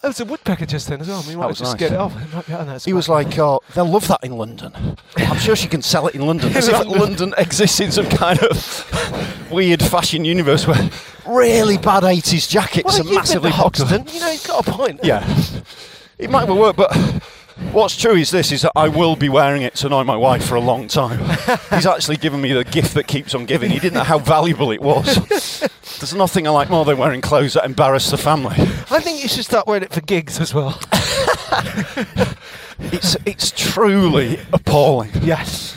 Speaker 5: That was a woodpecker just then as well. We might
Speaker 4: was
Speaker 5: just
Speaker 4: nice.
Speaker 5: get it off. It might be, oh, no, it's
Speaker 4: He
Speaker 5: fine.
Speaker 4: was like, oh, they'll love that in London. I'm sure she can sell it in
Speaker 5: [laughs]
Speaker 4: London. As if
Speaker 5: London.
Speaker 4: London exists in some kind of weird fashion universe where really bad 80s jackets
Speaker 5: well,
Speaker 4: are
Speaker 5: you've
Speaker 4: massively
Speaker 5: been to
Speaker 4: popular.
Speaker 5: Hoxton. You know, he's got a point.
Speaker 4: Yeah. It might well work, but what's true is this is that I will be wearing it to annoy my wife for a long time. He's actually given me the gift that keeps on giving. He didn't know how valuable it was. There's nothing I like more than wearing clothes that embarrass the family.
Speaker 5: I think you should start wearing it for gigs as well.
Speaker 4: It's it's truly appalling.
Speaker 5: [laughs] yes.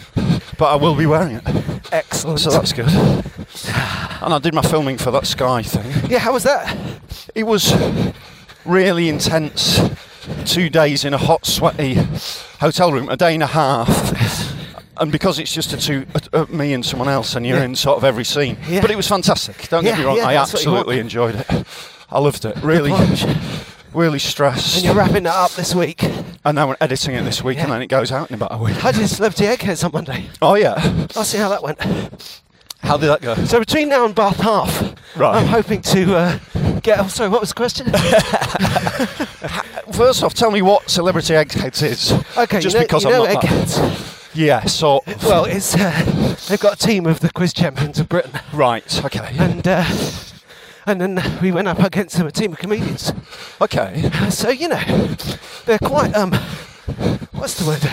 Speaker 4: But I will be wearing it.
Speaker 5: Excellent.
Speaker 4: So that's good. And I did my filming for that Sky thing.
Speaker 5: yeah, how was that?
Speaker 4: It was really intense. Two days in a hot, sweaty hotel room, a day and a half. And because it's just a two, uh, uh, me and someone else, and you're
Speaker 5: Yeah.
Speaker 4: in sort of every scene.
Speaker 5: Yeah.
Speaker 4: But it was fantastic. Don't get
Speaker 5: Yeah,
Speaker 4: me wrong,
Speaker 5: yeah,
Speaker 4: I
Speaker 5: that's what you want.
Speaker 4: absolutely enjoyed it. I loved it. Really,
Speaker 5: punch.
Speaker 4: really stressed.
Speaker 5: And you're wrapping that up this week.
Speaker 4: And now we're editing it this week, and
Speaker 5: Yeah.
Speaker 4: then it goes out in about a week.
Speaker 5: I did celebrity eggheads on Monday.
Speaker 4: Oh yeah.
Speaker 5: I'll see how that went.
Speaker 4: How did that go?
Speaker 5: So between now and Bath Half,
Speaker 4: Right.
Speaker 5: I'm hoping to uh, get. Oh, sorry, what was the
Speaker 4: [laughs]
Speaker 5: question?
Speaker 4: First off, tell me what celebrity eggheads is.
Speaker 5: Okay,
Speaker 4: Just
Speaker 5: you know,
Speaker 4: because
Speaker 5: you
Speaker 4: I'm
Speaker 5: know
Speaker 4: not. That.
Speaker 5: eggheads.
Speaker 4: Yeah. So
Speaker 5: Well, it's uh, they've got a team of the quiz champions of Britain,
Speaker 4: right. Okay.
Speaker 5: and uh, and then we went up against them, a team of comedians.
Speaker 4: okay.
Speaker 5: So you know, they're quite um, what's the word?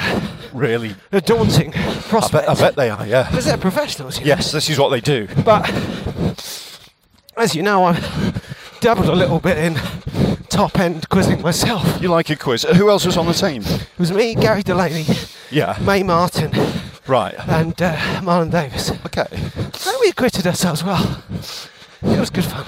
Speaker 4: Really.
Speaker 5: A daunting
Speaker 4: I
Speaker 5: prospect.
Speaker 4: bet, I bet they are. Yeah.
Speaker 5: Because they're professionals. You know?
Speaker 4: Yes, this is what they do.
Speaker 5: But as you know, I've dabbled a little bit in top end quizzing myself. It
Speaker 4: You like a quiz. Who else was on the team?
Speaker 5: was me, Gary Delaney,
Speaker 4: Yeah.
Speaker 5: Mae Martin,
Speaker 4: Right.
Speaker 5: and uh, Marlon Davis.
Speaker 4: Okay.
Speaker 5: So we acquitted ourselves well. It was good fun.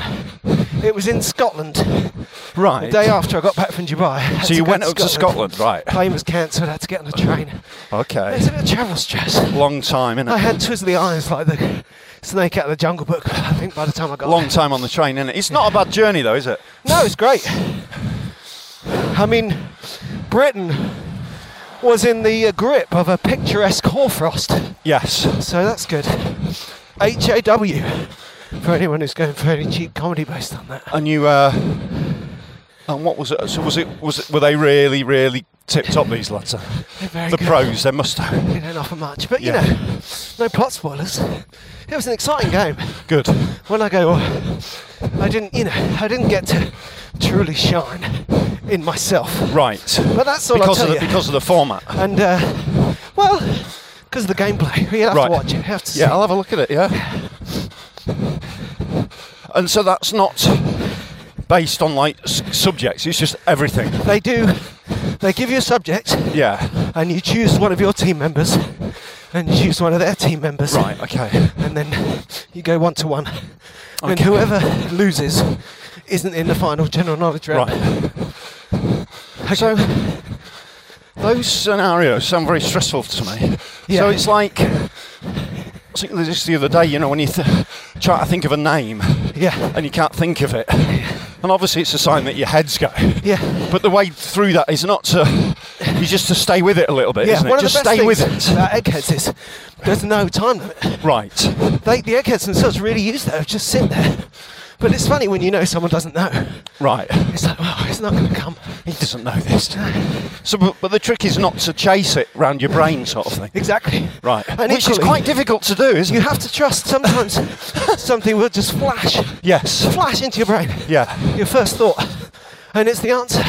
Speaker 5: It was in Scotland. The
Speaker 4: Right.
Speaker 5: day after I got back from Dubai. I had
Speaker 4: so you
Speaker 5: go
Speaker 4: went up to Scotland, right?
Speaker 5: Plane was cancelled. I had to get on a train.
Speaker 4: Okay.
Speaker 5: It's a bit of travel stress.
Speaker 4: Long time in
Speaker 5: I had twizzly eyes like the snake out of the jungle book. I think by the time I got
Speaker 4: Long
Speaker 5: there.
Speaker 4: time on the train, innit? It's not a bad journey though, is it?
Speaker 5: No, it's great. I mean, Britain was in the uh, grip of a picturesque hoarfrost,
Speaker 4: Yes.
Speaker 5: so that's good. HAW, for anyone who's going for any cheap comedy based on that.
Speaker 4: And you. Uh, and what was it? So was it? Was it? Were they really, really tip top these lads?
Speaker 5: They're very
Speaker 4: The
Speaker 5: good.
Speaker 4: pros, they must have.
Speaker 5: They don't offer much, but you
Speaker 4: Yeah.
Speaker 5: know, no plot spoilers. It was an exciting game.
Speaker 4: Good.
Speaker 5: When I go, I didn't, you know, I didn't get to truly shine in myself.
Speaker 4: Right.
Speaker 5: But that's all
Speaker 4: Because
Speaker 5: I'll tell
Speaker 4: of the,
Speaker 5: you.
Speaker 4: because of the format.
Speaker 5: And uh, well, because of the gameplay, you have
Speaker 4: Right.
Speaker 5: to watch it. You have to
Speaker 4: Yeah,
Speaker 5: see.
Speaker 4: I'll have a look at it. Yeah. And so that's not based on like s- subjects. It's just everything.
Speaker 5: They do. They give you a subject,
Speaker 4: Yeah.
Speaker 5: and you choose one of your team members, and you choose one of their team members.
Speaker 4: Right. Okay.
Speaker 5: And then you go one to one, and
Speaker 4: Okay.
Speaker 5: whoever loses isn't in the final general knowledge round.
Speaker 4: Right.
Speaker 5: Okay.
Speaker 4: So those scenarios sound very stressful to me. So
Speaker 5: Yeah.
Speaker 4: it's like I was thinking this the other day. You know, when you th- try to think of a name
Speaker 5: Yeah.
Speaker 4: and you can't think of it. And obviously, it's a sign that your head's go.
Speaker 5: Yeah.
Speaker 4: But the way through that is not to, is just to stay with it a little bit,
Speaker 5: Yeah,
Speaker 4: isn't it?
Speaker 5: one
Speaker 4: Just
Speaker 5: of the best
Speaker 4: stay with
Speaker 5: things
Speaker 4: it.
Speaker 5: about eggheads is there's no time limit.
Speaker 4: Right.
Speaker 5: They, the eggheads themselves really use that. Just sit there. But it's funny when you know someone doesn't know.
Speaker 4: Right.
Speaker 5: It's like, well, it's not going to come.
Speaker 4: He doesn't know this. So, but, but the trick is not to chase it round your brain, sort of thing.
Speaker 5: Exactly.
Speaker 4: Right.
Speaker 5: And
Speaker 4: Which is
Speaker 5: equally,
Speaker 4: quite difficult to do, isn't
Speaker 5: You
Speaker 4: it?
Speaker 5: have to trust. Sometimes something will just flash,
Speaker 4: Yes.
Speaker 5: flash into your brain.
Speaker 4: Yeah.
Speaker 5: Your first thought, and it's the answer.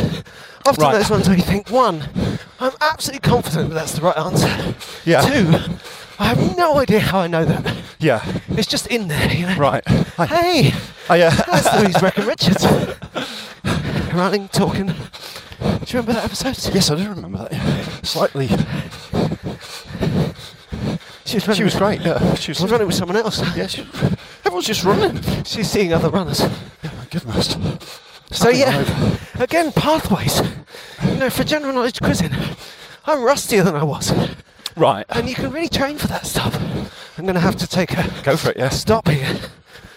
Speaker 5: Often
Speaker 4: Right.
Speaker 5: those ones where you think, one, I'm absolutely confident that that's the right answer.
Speaker 4: Yeah.
Speaker 5: Two, I have no idea how I know that.
Speaker 4: Yeah.
Speaker 5: It's just in there, you know.
Speaker 4: Right. I,
Speaker 5: Hey,
Speaker 4: I, uh,
Speaker 5: that's Louise Breckin
Speaker 4: [laughs]
Speaker 5: Richards. Running, talking. Do you remember that episode?
Speaker 4: yes, I do remember that. yeah. Slightly.
Speaker 5: She was running,
Speaker 4: She was great. Yeah. She was
Speaker 5: She was
Speaker 4: lovely.
Speaker 5: running with someone else.
Speaker 4: Yeah, she, everyone's just running.
Speaker 5: She's seeing other runners.
Speaker 4: My goodness.
Speaker 5: So
Speaker 4: Nothing
Speaker 5: yeah,
Speaker 4: over.
Speaker 5: again, pathways. You know, for general knowledge quizzing, I'm rustier than I was,
Speaker 4: Right.
Speaker 5: and you can really train for that stuff. I'm going to have to take a
Speaker 4: Go for it, yeah.
Speaker 5: stop here.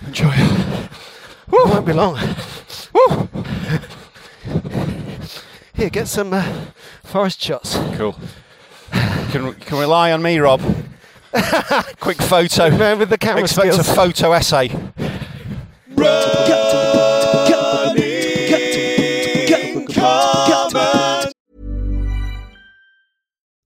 Speaker 4: Enjoy it.
Speaker 5: Woo. It won't be long. Woo. Here, get some uh, forest shots.
Speaker 4: Cool. You can, you can rely on me, [laughs] Rob. Quick photo.
Speaker 5: Man with the camera
Speaker 4: Expect
Speaker 5: skills.
Speaker 4: a photo essay.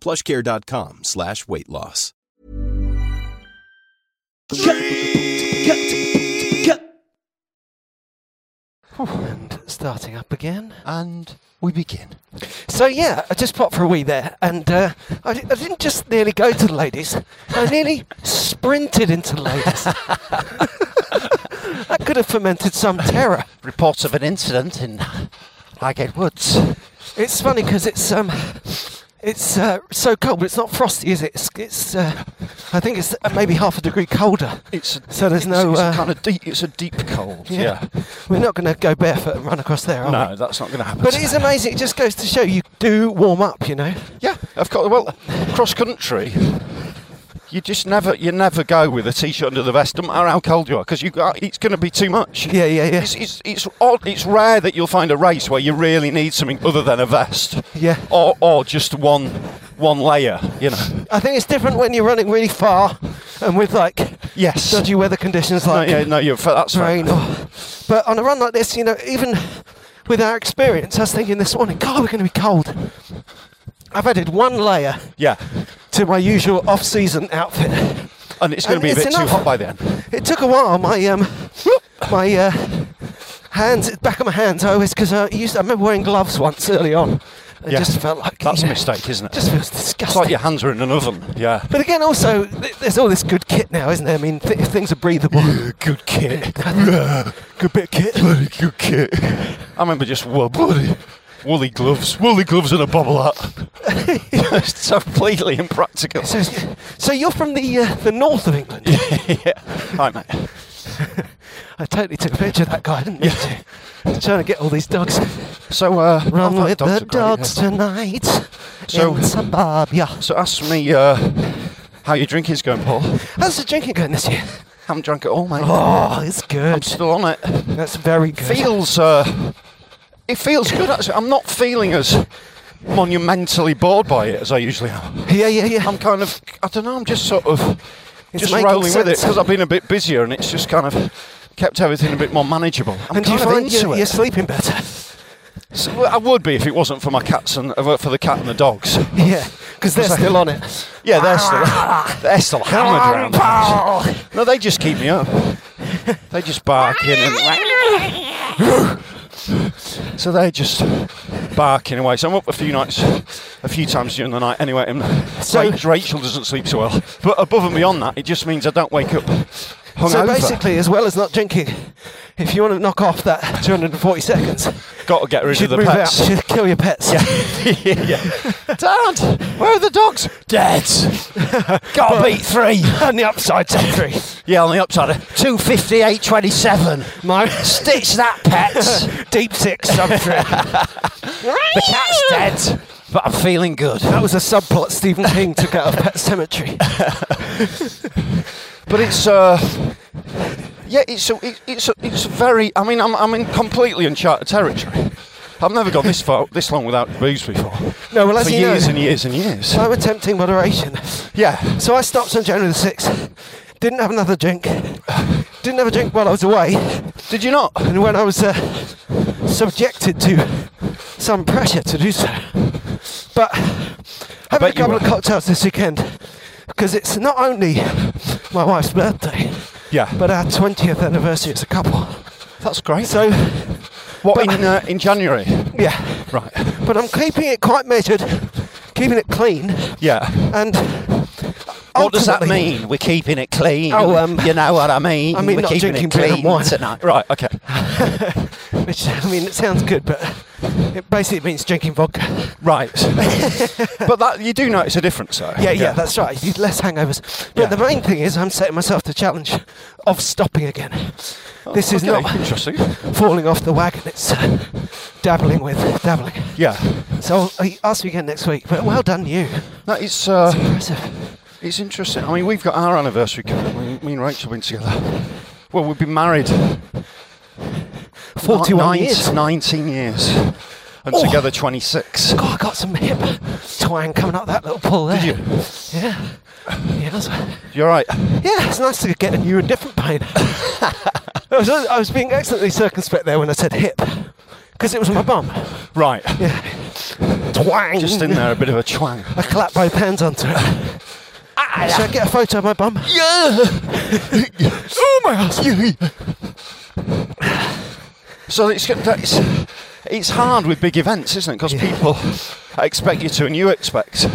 Speaker 6: plushcare.com slash weight loss.
Speaker 5: And starting up again.
Speaker 4: And we begin.
Speaker 5: So yeah, I just popped for a wee there, and uh, I, di- I didn't just nearly go to the ladies. I nearly sprinted into the ladies. [laughs] that could have fomented some terror.
Speaker 4: Reports of an incident in Highgate Woods.
Speaker 5: It's funny because it's um, it's uh, so cold, but it's not frosty, is it? It's, it's uh, I think it's uh, maybe half a degree colder.
Speaker 4: It's a,
Speaker 5: So there's
Speaker 4: it's,
Speaker 5: no,
Speaker 4: It's
Speaker 5: uh,
Speaker 4: a kind of deep. It's a deep cold.
Speaker 5: Yeah. We're not going to go barefoot and run across there, are
Speaker 4: No,
Speaker 5: we?
Speaker 4: that's not going to happen.
Speaker 5: But it is amazing. It just goes to show you do warm up, you know.
Speaker 4: Yeah, of course. Well, cross country. You just never, you never go with a t-shirt under the vest, no matter how cold you are, because you, got- it's going to be too much.
Speaker 5: Yeah, yeah, yeah.
Speaker 4: It's, it's, it's odd. It's rare that you'll find a race where you really need something other than a vest.
Speaker 5: Yeah.
Speaker 4: Or, or just one, one layer. You know.
Speaker 5: I think it's different when you're running really far and with like
Speaker 4: Yes.
Speaker 5: dodgy weather conditions
Speaker 4: No,
Speaker 5: like
Speaker 4: yeah, no, you're. fa- That's
Speaker 5: rain.
Speaker 4: right.
Speaker 5: Or, but on a run like this, you know, even with our experience, I was thinking this morning, God, we're going to be cold. I've added one layer
Speaker 4: Yeah.
Speaker 5: to my usual off-season outfit.
Speaker 4: And it's
Speaker 5: And
Speaker 4: going to be a
Speaker 5: it's
Speaker 4: bit too
Speaker 5: enough.
Speaker 4: hot by then.
Speaker 5: It took a while. My um, my uh, hands, back of my hands, I always because I used. I remember wearing gloves once early on. It
Speaker 4: Yeah.
Speaker 5: just felt like
Speaker 4: That's
Speaker 5: you
Speaker 4: a
Speaker 5: know,
Speaker 4: mistake, isn't it?
Speaker 5: Just feels
Speaker 4: It's
Speaker 5: disgusting.
Speaker 4: like your hands are in an oven. Yeah.
Speaker 5: But again, also, th- there's all this good kit now, isn't there? I mean, th- things are breathable.
Speaker 4: Good
Speaker 5: [laughs]
Speaker 4: kit.
Speaker 5: good bit of kit. [laughs]
Speaker 4: Bloody good kit. I remember just well, bloody woolly gloves, woolly gloves and a bobble [laughs] hat. it's completely impractical.
Speaker 5: So, so you're from the uh, the north of England.
Speaker 4: [laughs] yeah. Right, mate.
Speaker 5: I totally took a picture of that guy, didn't mean to. Trying to get all these dogs.
Speaker 4: So, uh,
Speaker 5: Run
Speaker 4: I've
Speaker 5: with
Speaker 4: had
Speaker 5: the
Speaker 4: dogs are great,
Speaker 5: dogs
Speaker 4: yeah.
Speaker 5: tonight.
Speaker 4: So-
Speaker 5: in suburbia.
Speaker 4: So ask me uh, how your drinking's going, Paul.
Speaker 5: How's the drinking going this year?
Speaker 4: Haven't drunk at all, mate.
Speaker 5: Oh, it's
Speaker 4: I'm
Speaker 5: good.
Speaker 4: still on it.
Speaker 5: That's very good.
Speaker 4: feels uh, it feels good actually. I'm not feeling as monumentally bored by it as I usually am.
Speaker 5: Yeah, yeah, yeah.
Speaker 4: I'm kind of I don't know. I'm just sort of
Speaker 5: It's
Speaker 4: just
Speaker 5: making
Speaker 4: rolling with it
Speaker 5: sense.
Speaker 4: because I've been a bit busier and it's just kind of kept everything a bit more manageable. I'm
Speaker 5: and do you
Speaker 4: kind of
Speaker 5: find
Speaker 4: into
Speaker 5: you're,
Speaker 4: it.
Speaker 5: you're sleeping better? [laughs]
Speaker 4: So, well, I would be if it wasn't for my cats and uh, for the cat and the dogs.
Speaker 5: Yeah, because they're still on it.
Speaker 4: Yeah, they're still [laughs] they're still hammered round. the house. No, they just keep me up. They just barking and so they just barking away. So I'm up a few nights, a few times during the night. Anyway, and
Speaker 5: So-
Speaker 4: Rach- Rachel doesn't sleep so well. But above and beyond that, it just means I don't wake up hungover.
Speaker 5: So basically, as well as not drinking, if you want to knock off that 240 seconds,
Speaker 4: got to get
Speaker 5: you
Speaker 4: rid
Speaker 5: should
Speaker 4: of the
Speaker 5: move
Speaker 4: pets.
Speaker 5: out. You should kill your pets. [laughs]
Speaker 4: [laughs] yeah. Dad, where are the dogs? [laughs] Dead. Got to beat three.
Speaker 5: [laughs] On the upside, Jeffrey.
Speaker 4: Yeah, on the upside. Two fifty-eight twenty-seven.
Speaker 5: My [laughs]
Speaker 4: Stitch that, [laughs] pets.
Speaker 5: deep six [laughs] subtree.
Speaker 4: The cat's dead, but I'm feeling good.
Speaker 5: that was a subplot Stephen King took out of Pet Cemetery.
Speaker 4: But it's uh, yeah, it's a, it, it's a, it's a very. I mean, I'm I'm in completely uncharted territory. I've never gone this far, this long without booze before.
Speaker 5: No, well, as
Speaker 4: for
Speaker 5: you know-
Speaker 4: years and years and years.
Speaker 5: I'm attempting moderation.
Speaker 4: yeah,
Speaker 5: So I stopped on January the 6th. Didn't have another drink. Didn't have a drink while I was away.
Speaker 4: did you not?
Speaker 5: And when I was uh, subjected to some pressure to do so. But having a
Speaker 4: bet you
Speaker 5: couple of
Speaker 4: were.
Speaker 5: cocktails this weekend because it's not only my wife's birthday,
Speaker 4: Yeah,
Speaker 5: but our 20th anniversary as a couple.
Speaker 4: that's great.
Speaker 5: So,
Speaker 4: what
Speaker 5: but-
Speaker 4: in uh, in January?
Speaker 5: yeah.
Speaker 4: Right.
Speaker 5: But I'm keeping it quite measured, keeping it clean,
Speaker 4: Yeah.
Speaker 5: and.
Speaker 4: What does that
Speaker 5: ultimately-
Speaker 4: mean? We're keeping it clean.
Speaker 5: Oh, um,
Speaker 4: you know what I mean.
Speaker 5: I mean,
Speaker 4: We're
Speaker 5: not
Speaker 4: keeping
Speaker 5: drinking
Speaker 4: it
Speaker 5: beer and
Speaker 4: clean
Speaker 5: wine.
Speaker 4: tonight. Right. Okay.
Speaker 5: Which, I mean, it sounds good, but it basically means drinking vodka. [laughs]
Speaker 4: Right. but that you do notice a difference, though.
Speaker 5: Yeah, yeah, that's right. You less hangovers. But
Speaker 4: Yeah.
Speaker 5: the main thing is, I'm setting myself the challenge of stopping again. this is
Speaker 4: Okay,
Speaker 5: not
Speaker 4: interesting.
Speaker 5: falling off the wagon, it's uh, dabbling with, dabbling.
Speaker 4: Yeah.
Speaker 5: So I'll, I'll ask you again next week, but well done, you.
Speaker 4: That is, uh,
Speaker 5: Impressive.
Speaker 4: it's interesting. I mean, we've got our anniversary coming. Me, me and Rachel have been together. Well, we've been married
Speaker 5: 41
Speaker 4: nine-
Speaker 5: years.
Speaker 4: 19 years. And
Speaker 5: Oh.
Speaker 4: together 26.
Speaker 5: God, I got some hip twang coming up that little pull there.
Speaker 4: Did you?
Speaker 5: Yeah. Yeah, that's-
Speaker 4: You're right.
Speaker 5: yeah, it's nice to get a new and different pain. I, was, I was being excellently circumspect there when I said hip, because it was my bum.
Speaker 4: Right.
Speaker 5: Twang!
Speaker 4: Just in there, a bit of a twang.
Speaker 5: I clap both hands onto it.
Speaker 4: Ah,
Speaker 5: Should I get a photo of my bum?
Speaker 4: oh my husband! so it's, it's it's hard with big events, isn't it? Because people expect you to, and you expect,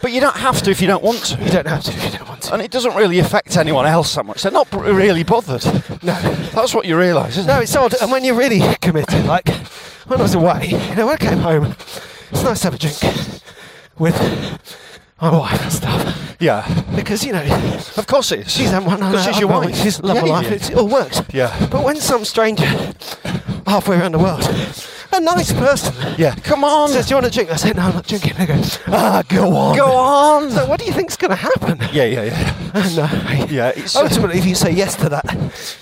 Speaker 4: but you don't have to if you don't want to.
Speaker 5: You don't have to if you don't want to.
Speaker 4: And it doesn't really affect anyone else that much. They're not b- really bothered.
Speaker 5: No.
Speaker 4: That's what you realise, isn't
Speaker 5: No,
Speaker 4: it?
Speaker 5: it's odd. And when you're really [laughs] committed, like when I was away, you know, when I came home, it's nice to have a drink with my wife and stuff.
Speaker 4: Yeah.
Speaker 5: Because, you know,
Speaker 4: Of course it is.
Speaker 5: she's had one
Speaker 4: Because she's
Speaker 5: I've
Speaker 4: your
Speaker 5: had one,
Speaker 4: wife.
Speaker 5: She's loved my
Speaker 4: Yeah,
Speaker 5: life.
Speaker 4: yeah.
Speaker 5: It all works.
Speaker 4: Yeah.
Speaker 5: But when some stranger halfway around the world, a nice person,
Speaker 4: Yeah. Come on.
Speaker 5: says, Do you want a drink? I say, No, I'm not drinking. They go, Ah, go on.
Speaker 4: Go on.
Speaker 5: So, what do you think's going to happen?
Speaker 4: Yeah, yeah, yeah.
Speaker 5: [laughs] no.
Speaker 4: Yeah, Oh, it's-
Speaker 5: Ultimately, if you say yes to that,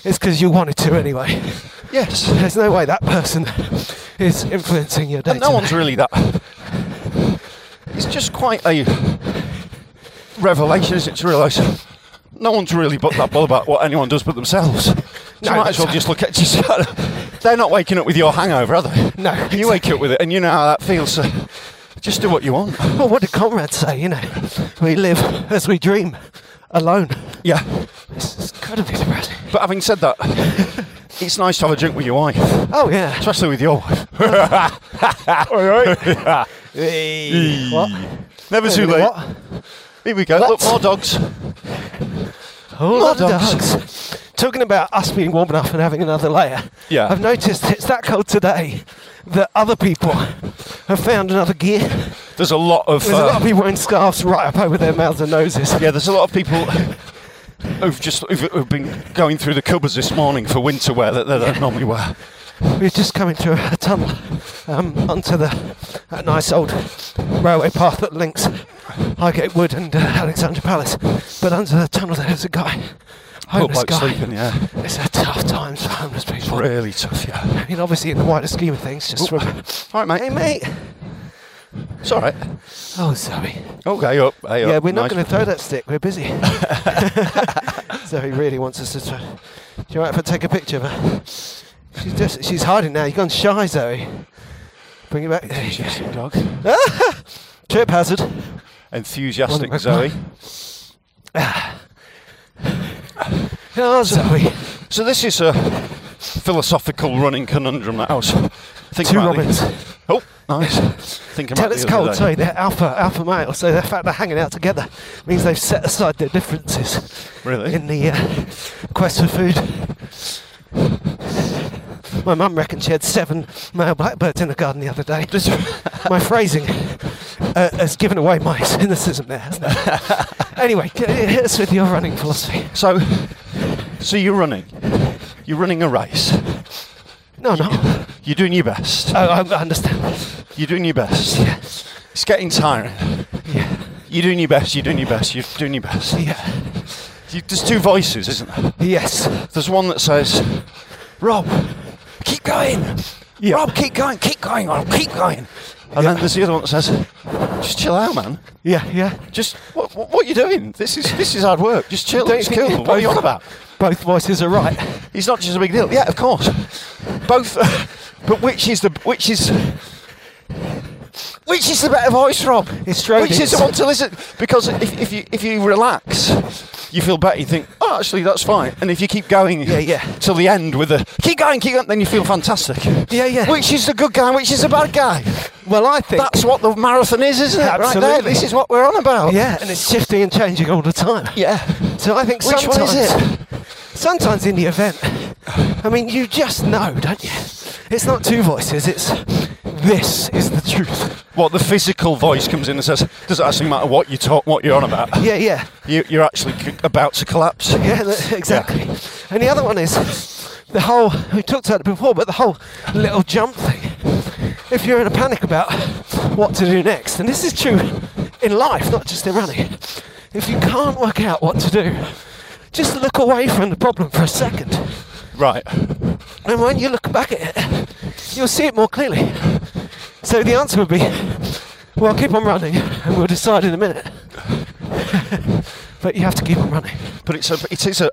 Speaker 5: it's because you wanted to anyway.
Speaker 4: Yes.
Speaker 5: There's no way that person is influencing your day.
Speaker 4: And no one's really that. [laughs] It's just quite a revelation, is it, to realise no one's really but that bothered about what anyone does but themselves. So
Speaker 5: No,
Speaker 4: you might as well
Speaker 5: that's-
Speaker 4: just look at just. [laughs] They're not waking up with your hangover, are they?
Speaker 5: No,
Speaker 4: You wake up with it, and you know how that feels. So just do what you want.
Speaker 5: Well, what did Conrad say? You know, we live as we dream, alone.
Speaker 4: Yeah.
Speaker 5: It's, it's got to be depressing.
Speaker 4: But having said that, [laughs] it's nice to have a drink with your wife,
Speaker 5: Oh yeah.
Speaker 4: especially with your [laughs] wife.
Speaker 5: What?
Speaker 4: [laughs] Never too late.
Speaker 5: What?
Speaker 4: Here we go. Look,
Speaker 5: What?
Speaker 4: more dogs.
Speaker 5: Oh,
Speaker 4: More
Speaker 5: the
Speaker 4: dogs.
Speaker 5: dogs. talking about us being warm enough and having another layer,
Speaker 4: Yeah.
Speaker 5: I've noticed it's that cold today that other people have found another gear.
Speaker 4: There's a lot of
Speaker 5: There's a lot
Speaker 4: uh,
Speaker 5: of people wearing scarves right up over their mouths and noses.
Speaker 4: Yeah, there's a lot of people [laughs] who've just who've, who've been going through the cupboards this morning for winter wear that they don't normally wear.
Speaker 5: We're just coming through a tunnel um, onto the that nice old railway path that links Highgate Wood and uh, Alexandra Palace. But under the tunnel there's a guy,
Speaker 4: Poor
Speaker 5: homeless
Speaker 4: bloke
Speaker 5: guy.
Speaker 4: sleeping, yeah.
Speaker 5: It's a tough time for homeless people.
Speaker 4: Really tough, yeah.
Speaker 5: I mean, obviously in the wider scheme of things, just from
Speaker 4: All right,
Speaker 5: hey
Speaker 4: mate.
Speaker 5: mate.
Speaker 4: It's all right.
Speaker 5: Oh, Zoe.
Speaker 4: Okay, up. Hey, up.
Speaker 5: Yeah, we're not
Speaker 4: Nice.
Speaker 5: going to throw that stick. We're busy. [laughs] Zoe really wants us to. Try. Do you want if I take a picture of her? She's just she's hiding now. You've gone shy, Zoe. Bring it back. There you go.
Speaker 4: Enthusiastic dog.
Speaker 5: Trip hazard.
Speaker 4: Enthusiastic
Speaker 5: Wasn't
Speaker 4: Zoe.
Speaker 5: [laughs] very- Oh, Zoe.
Speaker 4: So this is a philosophical running conundrum. That I was thinking
Speaker 5: Two
Speaker 4: about. the-
Speaker 5: robins.
Speaker 4: Oh, nice. Thinking
Speaker 5: Tell
Speaker 4: about
Speaker 5: it's
Speaker 4: the other
Speaker 5: cold,
Speaker 4: day.
Speaker 5: sorry, they're alpha alpha males, so the fact they're hanging out together means they've set aside their differences
Speaker 4: Really?
Speaker 5: in the uh, quest for food. My mum reckoned she had seven male blackbirds in the garden the other day. [laughs] my phrasing uh, has given away my [laughs] cynicism there, hasn't it? anyway, c- hit us with your running philosophy.
Speaker 4: So, so you're running. You're running a race.
Speaker 5: No, no.
Speaker 4: You're doing your best.
Speaker 5: Oh, I I understand.
Speaker 4: You're doing your best. It's getting tiring.
Speaker 5: Yeah,
Speaker 4: You're doing your best. You're doing your best. You're doing your best.
Speaker 5: yeah.
Speaker 4: You, there's two voices, isn't there?
Speaker 5: Yes.
Speaker 4: There's one that says, "Rob, keep going. Rob, keep going. Keep going. Rob, keep going." And then there's the other one that says, "Just chill out, man.
Speaker 5: Yeah, yeah.
Speaker 4: Just what, what, what are you doing? This is this is hard work. Just chill.
Speaker 5: Don't
Speaker 4: Just
Speaker 5: you think
Speaker 4: chill.
Speaker 5: they're
Speaker 4: What are you
Speaker 5: both-
Speaker 4: on about?
Speaker 5: Both voices are right.
Speaker 4: It's not just a big deal. Yeah, of course. Both, but which is the which is which is the better voice, Rob?
Speaker 5: It's Schrodinger's.
Speaker 4: Which is the one to listen? Because if, if you if you relax, you feel better. You think, oh, actually, that's fine. And if you keep going,
Speaker 5: Yeah, yeah.
Speaker 4: till the end with the keep going, keep going, then you feel fantastic.
Speaker 5: Yeah, yeah.
Speaker 4: Which is the good guy? Which is the bad guy?
Speaker 5: Well, I think.
Speaker 4: That's what the marathon is, isn't it? Right there.
Speaker 5: Absolutely.
Speaker 4: This is what we're on about.
Speaker 5: yeah, and it's shifting and changing all the time.
Speaker 4: Yeah.
Speaker 5: So I think
Speaker 4: Which
Speaker 5: sometimes,
Speaker 4: one is
Speaker 5: sometimes in the event, I mean, you just know, don't you? It's not two voices. It's this is the truth.
Speaker 4: What the physical voice comes in and says, doesn't actually matter what you talk, what you're on about.
Speaker 5: Yeah, yeah,
Speaker 4: You, you're actually c- about to collapse.
Speaker 5: yeah, th- [laughs] exactly. And the other one is the whole. We talked about it before, but the whole little jump thing. If you're in a panic about what to do next, and this is true in life, not just in running. If you can't work out what to do, just look away from the problem for a second.
Speaker 4: Right.
Speaker 5: And when you look back at it, you'll see it more clearly. So the answer would be, well, keep on running, and we'll decide in a minute. [laughs] but you have to keep on running.
Speaker 4: But it's a, it is a,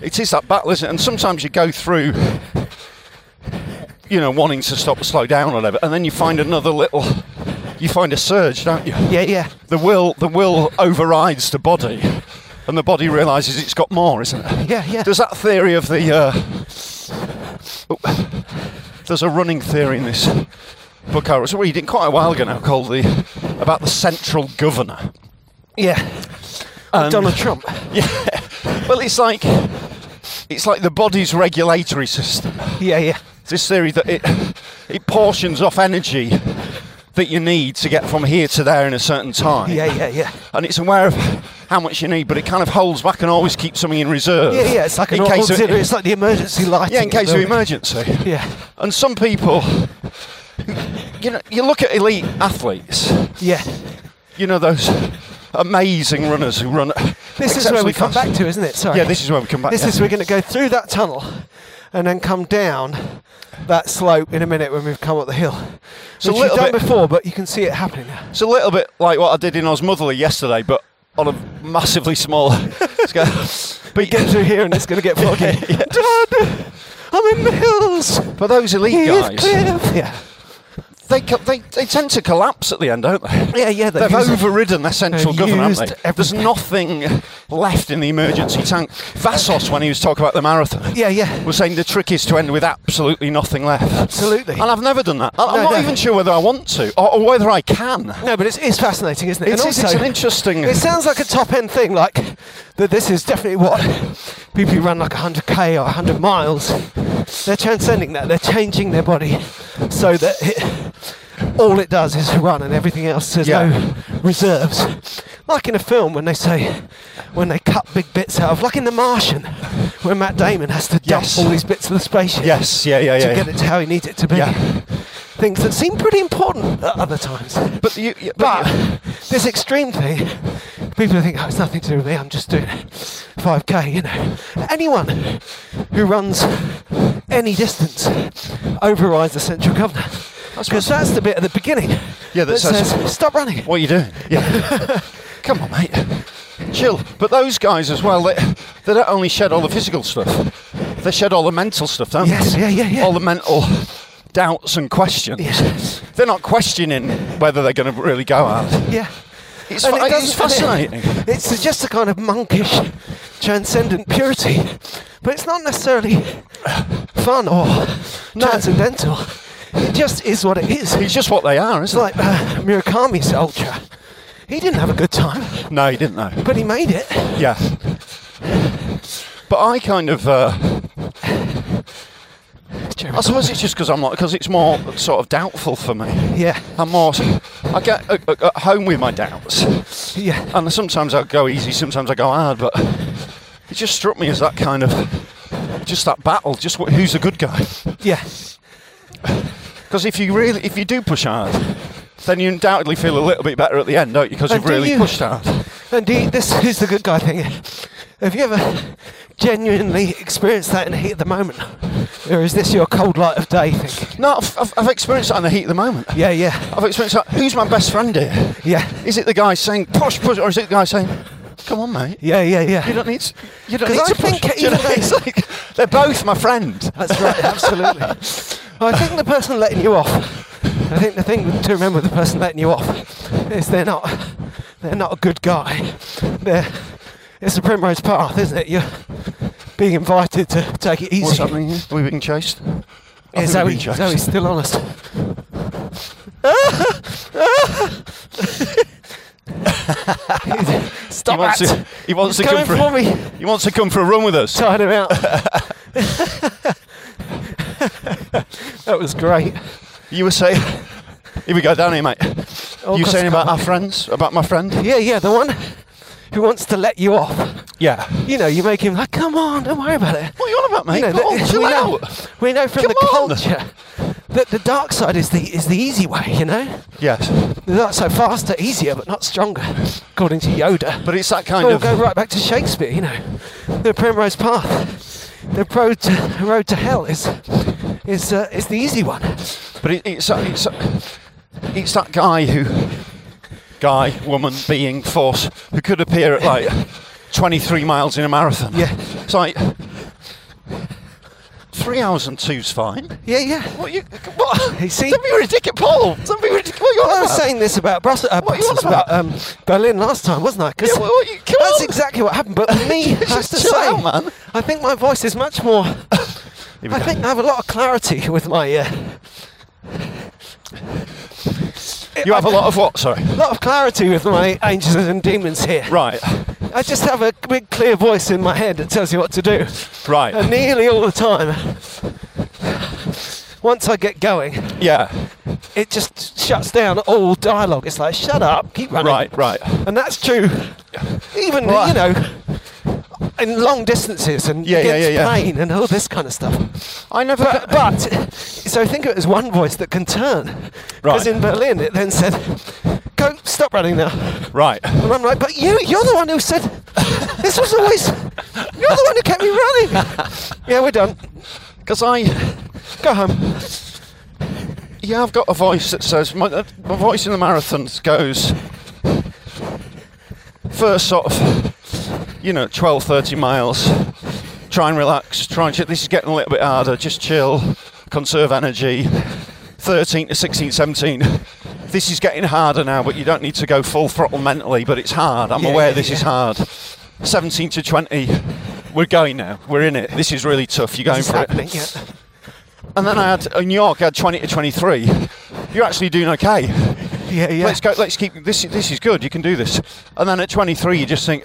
Speaker 4: it is that battle, isn't it? And sometimes you go through, you know, wanting to stop or slow down or whatever, and then you find another little, you find a surge, don't you?
Speaker 5: Yeah, yeah,
Speaker 4: The will, the will overrides the body, and the body realizes it's got more, isn't it?
Speaker 5: yeah, yeah.
Speaker 4: There's that theory of the. Uh, oh, there's a running theory in this book I was reading quite a while ago now called the about the central governor.
Speaker 5: yeah.
Speaker 4: And-
Speaker 5: Donald Trump.
Speaker 4: Well, it's like it's like the body's regulatory system.
Speaker 5: Yeah, yeah,
Speaker 4: It's This theory that it it portions off energy that you need to get from here to there in a certain time.
Speaker 5: yeah, yeah, yeah.
Speaker 4: And it's aware of how much you need, but it kind of holds back and always keeps something in reserve.
Speaker 5: Yeah, yeah. It's like an
Speaker 4: in case
Speaker 5: auxiliary.
Speaker 4: of,
Speaker 5: it's like the emergency lighting.
Speaker 4: yeah, in
Speaker 5: the
Speaker 4: case of
Speaker 5: building.
Speaker 4: emergency.
Speaker 5: Yeah,
Speaker 4: And some people, you know, you look at elite athletes,
Speaker 5: yeah.
Speaker 4: you know, those amazing runners who run.
Speaker 5: This is where we
Speaker 4: exceptionally
Speaker 5: come
Speaker 4: fast.
Speaker 5: back to, isn't it? Sorry.
Speaker 4: Yeah, this is where we come back.
Speaker 5: This
Speaker 4: yeah.
Speaker 5: is we're going to go through that tunnel, and then come down that slope in a minute when we've come up the hill.
Speaker 4: It's a
Speaker 5: which we've
Speaker 4: little
Speaker 5: done
Speaker 4: bit-
Speaker 5: before, but you can see it happening now. [laughs]
Speaker 4: It's a little bit like what I did in Osmotherly yesterday, but on a massively small [laughs] scale. But
Speaker 5: Get through here and it's going to
Speaker 4: [laughs]
Speaker 5: get foggy. Dad, I'm in the hills.
Speaker 4: for those elite guys,
Speaker 5: Heathcliff. Yeah,
Speaker 4: they, co- they they tend to collapse at the end, don't they?
Speaker 5: yeah, yeah.
Speaker 4: They've
Speaker 5: used-
Speaker 4: overridden their central
Speaker 5: they've
Speaker 4: government,
Speaker 5: used
Speaker 4: haven't they? There's nothing left in the emergency tank. Vassos, when he was talking about the marathon,
Speaker 5: Yeah, yeah.
Speaker 4: was saying the trick is to end with absolutely nothing left.
Speaker 5: Absolutely.
Speaker 4: And I've never done that. I- I'm
Speaker 5: No,
Speaker 4: not
Speaker 5: no.
Speaker 4: even sure whether I want to or, or whether I can.
Speaker 5: No, but it's, it's fascinating, isn't it?
Speaker 4: It is, it's an interesting-
Speaker 5: It sounds like a top end thing, like that. This is definitely what people who run like 100k or 100 miles, they're transcending that. They're changing their body so that it, all it does is run and everything else, there's
Speaker 4: Yeah.
Speaker 5: no reserves. Like in a film when they say, when they cut big bits out of, like in The Martian, where Matt Damon has to dump
Speaker 4: Yes.
Speaker 5: all these bits of the spaceship
Speaker 4: Yes, yeah, yeah,
Speaker 5: to
Speaker 4: yeah.
Speaker 5: get it to how he needs it to be.
Speaker 4: Yeah.
Speaker 5: Things that seem pretty important at other times.
Speaker 4: But you, you-
Speaker 5: But
Speaker 4: but you-
Speaker 5: this extreme thing, people think, oh, it's nothing to do with me, I'm just doing 5k, you know. Anyone who runs any distance overrides the central governor. Because that's the bit at the beginning
Speaker 4: Yeah, that
Speaker 5: that
Speaker 4: says-
Speaker 5: says, stop running.
Speaker 4: what are you doing? Yeah. Come on, mate. Chill. But those guys as well, they, they don't only shed all the physical stuff, they shed all the mental stuff, don't
Speaker 5: Yes,
Speaker 4: they?
Speaker 5: yeah, yeah, yeah.
Speaker 4: All the mental doubts and questions.
Speaker 5: Yes.
Speaker 4: They're not questioning whether they're going to really go out.
Speaker 5: Yeah.
Speaker 4: It's,
Speaker 5: And
Speaker 4: fa-
Speaker 5: it doesn't-
Speaker 4: it's fascinating.
Speaker 5: It's just a kind of monkish, transcendent purity, but it's not necessarily fun or transcendental. It just is what it is.
Speaker 4: It's just what they are,
Speaker 5: It's
Speaker 4: isn't
Speaker 5: like uh, Murakami's ultra. He didn't have a good time,
Speaker 4: it? No, you didn't know.
Speaker 5: but he made it.
Speaker 4: Yeah. But I kind of, uh, I suppose it's just because I'm like, because it's more sort of doubtful for me.
Speaker 5: Yeah,
Speaker 4: I'm more, I get at, at- at home with my doubts.
Speaker 5: yeah,
Speaker 4: And sometimes I go easy, sometimes I go hard, but it just struck me as that kind of, just that battle, just wh- who's the good guy.
Speaker 5: yeah,
Speaker 4: Because if you really, if you do push hard, then you undoubtedly feel a little bit better at the end, don't you? Because
Speaker 5: Oh,
Speaker 4: you've
Speaker 5: do
Speaker 4: really
Speaker 5: you?
Speaker 4: pushed hard.
Speaker 5: And do you, this is the good guy thing. Have you ever genuinely experienced that in the heat of the moment, or is this your cold light of day thing?
Speaker 4: No, I've, I've, I've experienced that in the heat of the moment.
Speaker 5: Yeah, yeah,
Speaker 4: I've experienced that. Who's my best friend here?
Speaker 5: yeah,
Speaker 4: Is it the guy saying push, push, or is it the guy saying, come on, mate?
Speaker 5: yeah, yeah, yeah.
Speaker 4: You don't need. To, you don't
Speaker 5: 'Cause
Speaker 4: need
Speaker 5: I
Speaker 4: to
Speaker 5: think
Speaker 4: push.
Speaker 5: [laughs]
Speaker 4: Do
Speaker 5: even
Speaker 4: you know, [laughs] it's like they're both my friend.
Speaker 5: That's right, absolutely. Oh, I think the person letting you off, I think the thing to remember with the person letting you off is they're not, they're not a good guy. They're, it's a primrose path, isn't it? You're being invited to take it easy.
Speaker 4: [laughs] What's happening? Here? We're being chased. I
Speaker 5: Yeah,
Speaker 4: think we're
Speaker 5: Zoe,
Speaker 4: being chased.
Speaker 5: Zoe's still
Speaker 4: [laughs]
Speaker 5: honest.
Speaker 4: he
Speaker 5: Stop
Speaker 4: wants
Speaker 5: that.
Speaker 4: to. He wants
Speaker 5: He's
Speaker 4: to come
Speaker 5: coming for me.
Speaker 4: a, He wants to come for a run with us.
Speaker 5: Tired him
Speaker 4: [laughs]
Speaker 5: out. that was great.
Speaker 4: You were saying. [laughs] Here we go down here, mate.
Speaker 5: Oh,
Speaker 4: you were
Speaker 5: God,
Speaker 4: saying about
Speaker 5: come
Speaker 4: our friends, about my friend.
Speaker 5: Yeah, yeah, the one who wants to let you off.
Speaker 4: Yeah.
Speaker 5: you know, you make him like, come on, don't worry about it.
Speaker 4: What are you on about, mate?
Speaker 5: You know,
Speaker 4: Come on,
Speaker 5: that- [laughs]
Speaker 4: chill
Speaker 5: we know,
Speaker 4: out.
Speaker 5: we know from
Speaker 4: Come
Speaker 5: the
Speaker 4: on.
Speaker 5: culture that the dark side is the is the easy way. You know,
Speaker 4: Yes.
Speaker 5: the dark side faster, easier, but not stronger, according to Yoda.
Speaker 4: But it's that kind
Speaker 5: we'll
Speaker 4: of.
Speaker 5: go right back to Shakespeare. You know, the Primrose Path, the road to road to hell is is uh, is the easy one.
Speaker 4: But it, it's, it's it's that guy who, guy, woman, being, force, who could appear at like 23 miles in a marathon.
Speaker 5: Yeah.
Speaker 4: It's like three hours and two's fine.
Speaker 5: Yeah, yeah.
Speaker 4: What you? What?
Speaker 5: You see?
Speaker 4: Don't be ridiculous, Paul. Don't be ridiculous. What are you on
Speaker 5: I was
Speaker 4: about?
Speaker 5: saying this about Brussels, uh,
Speaker 4: What are you on
Speaker 5: Brussels about, um, Berlin last time, wasn't I? 'Cause
Speaker 4: Yeah, what- what you- come
Speaker 5: that's
Speaker 4: on.
Speaker 5: exactly what happened. But
Speaker 4: [laughs]
Speaker 5: me, I have
Speaker 4: Just
Speaker 5: to
Speaker 4: chill
Speaker 5: say,
Speaker 4: out, man.
Speaker 5: I think my voice is much more.
Speaker 4: Here we
Speaker 5: I
Speaker 4: go.
Speaker 5: think I have a lot of clarity with my. Uh,
Speaker 4: you have a lot of what? Sorry.
Speaker 5: lot of clarity with my angels and demons here.
Speaker 4: Right.
Speaker 5: I just have a big clear voice in my head that tells you what to do.
Speaker 4: Right.
Speaker 5: And nearly all the time, once I get going,
Speaker 4: yeah.
Speaker 5: it just shuts down all dialogue. It's like, shut up, keep running.
Speaker 4: Right. Right.
Speaker 5: And that's true. Even
Speaker 4: Right.
Speaker 5: you know, in long distances and
Speaker 4: Yeah, yeah,
Speaker 5: against
Speaker 4: yeah, yeah.
Speaker 5: pain and all this kind of stuff.
Speaker 4: I never.
Speaker 5: But, but so think of it as one voice that can turn. Because
Speaker 4: Right.
Speaker 5: in Berlin, it then said, "Go, stop running now."
Speaker 4: right.
Speaker 5: And I'm like, "But you, you're the one who said this was always. You're the one who kept me
Speaker 4: [laughs]
Speaker 5: running." yeah, we're done.
Speaker 4: Because I.
Speaker 5: [sighs] Go home.
Speaker 4: Yeah, I've got a voice that says my, uh, my voice in the marathons goes first sort of you know 12 30 miles try and relax try and chill. this is getting a little bit harder just chill conserve energy 13 to 16 17 this is getting harder now but you don't need to go full throttle mentally but it's hard i'm
Speaker 5: Yeah,
Speaker 4: aware
Speaker 5: yeah,
Speaker 4: this is
Speaker 5: yeah.
Speaker 4: hard 17 to 20 we're going now we're in it this is really tough you're going
Speaker 5: It's
Speaker 4: for it
Speaker 5: happening. Yeah.
Speaker 4: and then I had in New York, I had 20 to 23. You're actually doing okay.
Speaker 5: Yeah, yeah.
Speaker 4: Let's go. Let's keep this. This is good. You can do this. And then at 23, you just think,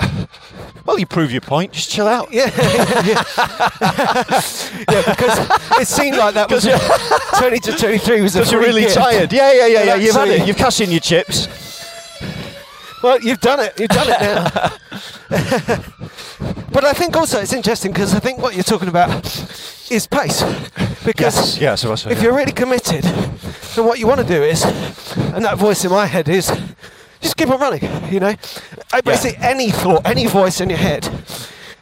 Speaker 4: Well, you prove your point. Just chill out.
Speaker 5: Yeah, yeah. yeah, because it seemed like
Speaker 4: [laughs]
Speaker 5: that was [laughs] Tony to Tony three was a
Speaker 4: Because you're
Speaker 5: free
Speaker 4: really
Speaker 5: gift.
Speaker 4: tired. Yeah, yeah, yeah, yeah. You've had
Speaker 5: absolutely.
Speaker 4: it. You've cashed in your chips.
Speaker 5: Well, you've done it. You've done it now. [laughs] but I think also it's interesting because I think what you're talking about is pace. Because
Speaker 4: Yes, yes, I was,
Speaker 5: if
Speaker 4: yeah.
Speaker 5: you're really committed, then what you want to do is, and that voice in my head is, just keep on running. You know, I basically any thought, any voice in your head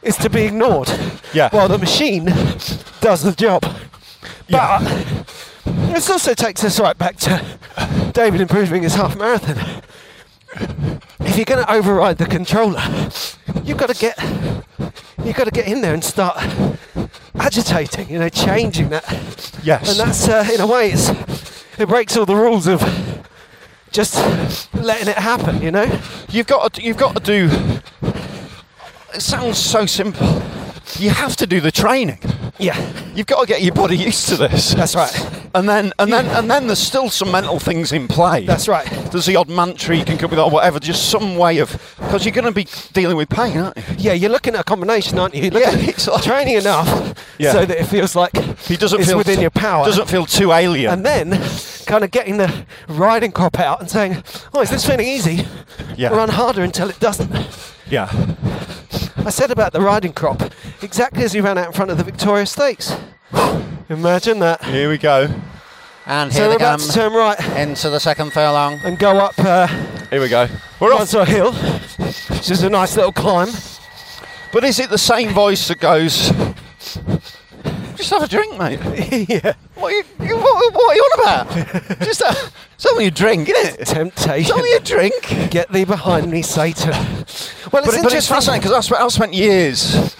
Speaker 5: is to be ignored.
Speaker 4: Yeah.
Speaker 5: While the machine does the job. But this also takes us right back to David improving his half marathon if you're going to override the controller, you've got to get you've got to get in there and start agitating, you know, changing that.
Speaker 4: Yes.
Speaker 5: And that's uh, in a way it's it breaks all the rules of just letting it happen, you know.
Speaker 4: You've got to, you've got to do. It sounds so simple. You have to do the training.
Speaker 5: Yeah,
Speaker 4: You've got to get your body used to this.
Speaker 5: that's right.
Speaker 4: And then, and then, and then, there's still some mental things in play.
Speaker 5: That's right.
Speaker 4: There's the odd mantra you can come with, or whatever. Just some way of, because you're going to be dealing with pain, aren't you?
Speaker 5: Yeah, you're looking at a combination, aren't you? You're looking
Speaker 4: Yeah,
Speaker 5: at
Speaker 4: exactly.
Speaker 5: training enough
Speaker 4: Yeah.
Speaker 5: so that it feels like
Speaker 4: He doesn't
Speaker 5: it's
Speaker 4: feel
Speaker 5: within
Speaker 4: t-
Speaker 5: your power.
Speaker 4: Doesn't feel too alien.
Speaker 5: and then kind of getting the riding crop out and saying, "Oh, is this feeling easy?
Speaker 4: Yeah.
Speaker 5: Run harder until it doesn't."
Speaker 4: yeah.
Speaker 5: I said about the riding crop exactly as he ran out in front of the Victoria Stakes. Imagine that.
Speaker 4: Here we go.
Speaker 7: And
Speaker 5: so
Speaker 7: here
Speaker 5: we're
Speaker 7: they
Speaker 5: about
Speaker 7: come
Speaker 5: to turn right
Speaker 7: into the second furlong.
Speaker 5: and go up uh,
Speaker 4: Here we go. We're off.
Speaker 5: Bonsor Hill, which is a nice little climb.
Speaker 4: But is it the same voice that goes? Just have a drink, mate.
Speaker 5: [laughs] yeah,
Speaker 4: What are you, you what, what are you on about? Just uh, it's only a drink, isn't it? It's
Speaker 5: temptation.
Speaker 4: only a drink.
Speaker 5: Get thee behind me, Satan. Well, it's
Speaker 4: But,
Speaker 5: interesting.
Speaker 4: but it's fascinating because I, sp- I spent years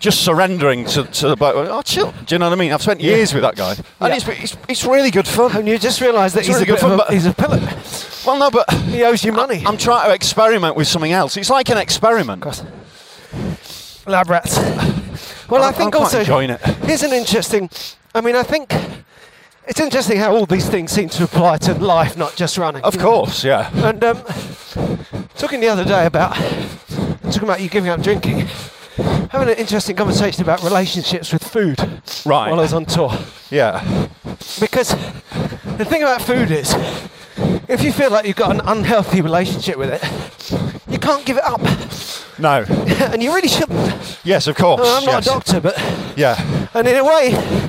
Speaker 4: just surrendering to, to the bloke. Oh, chill. Do you know what I mean? I've spent years with that guy, and it's, it's it's really good fun.
Speaker 5: and you just realise that
Speaker 4: It's
Speaker 5: he's,
Speaker 4: really
Speaker 5: a
Speaker 4: good
Speaker 5: bit
Speaker 4: fun,
Speaker 5: of a,
Speaker 4: but-
Speaker 5: he's a pillar.
Speaker 4: Well, no, but
Speaker 5: [laughs] He owes you money.
Speaker 4: I'm trying to experiment with something else. It's like an experiment.
Speaker 5: lab rats. Well, i
Speaker 4: I'm- I'm
Speaker 5: think
Speaker 4: quite
Speaker 5: also
Speaker 4: enjoying it.
Speaker 5: here's an interesting. I mean, I think it's interesting how all these things seem to apply to life, not just running.
Speaker 4: Of course, yeah.
Speaker 5: And um, talking the other day about talking about you giving up drinking, having an interesting conversation about relationships with food
Speaker 4: Right.
Speaker 5: while I was on tour.
Speaker 4: Yeah.
Speaker 5: Because the thing about food is, if you feel like you've got an unhealthy relationship with it, you can't give it up, [laughs]
Speaker 4: No.
Speaker 5: and you really shouldn't.
Speaker 4: Yes, of course.
Speaker 5: I'm not
Speaker 4: yes.
Speaker 5: a doctor, but
Speaker 4: Yeah.
Speaker 5: and in a way,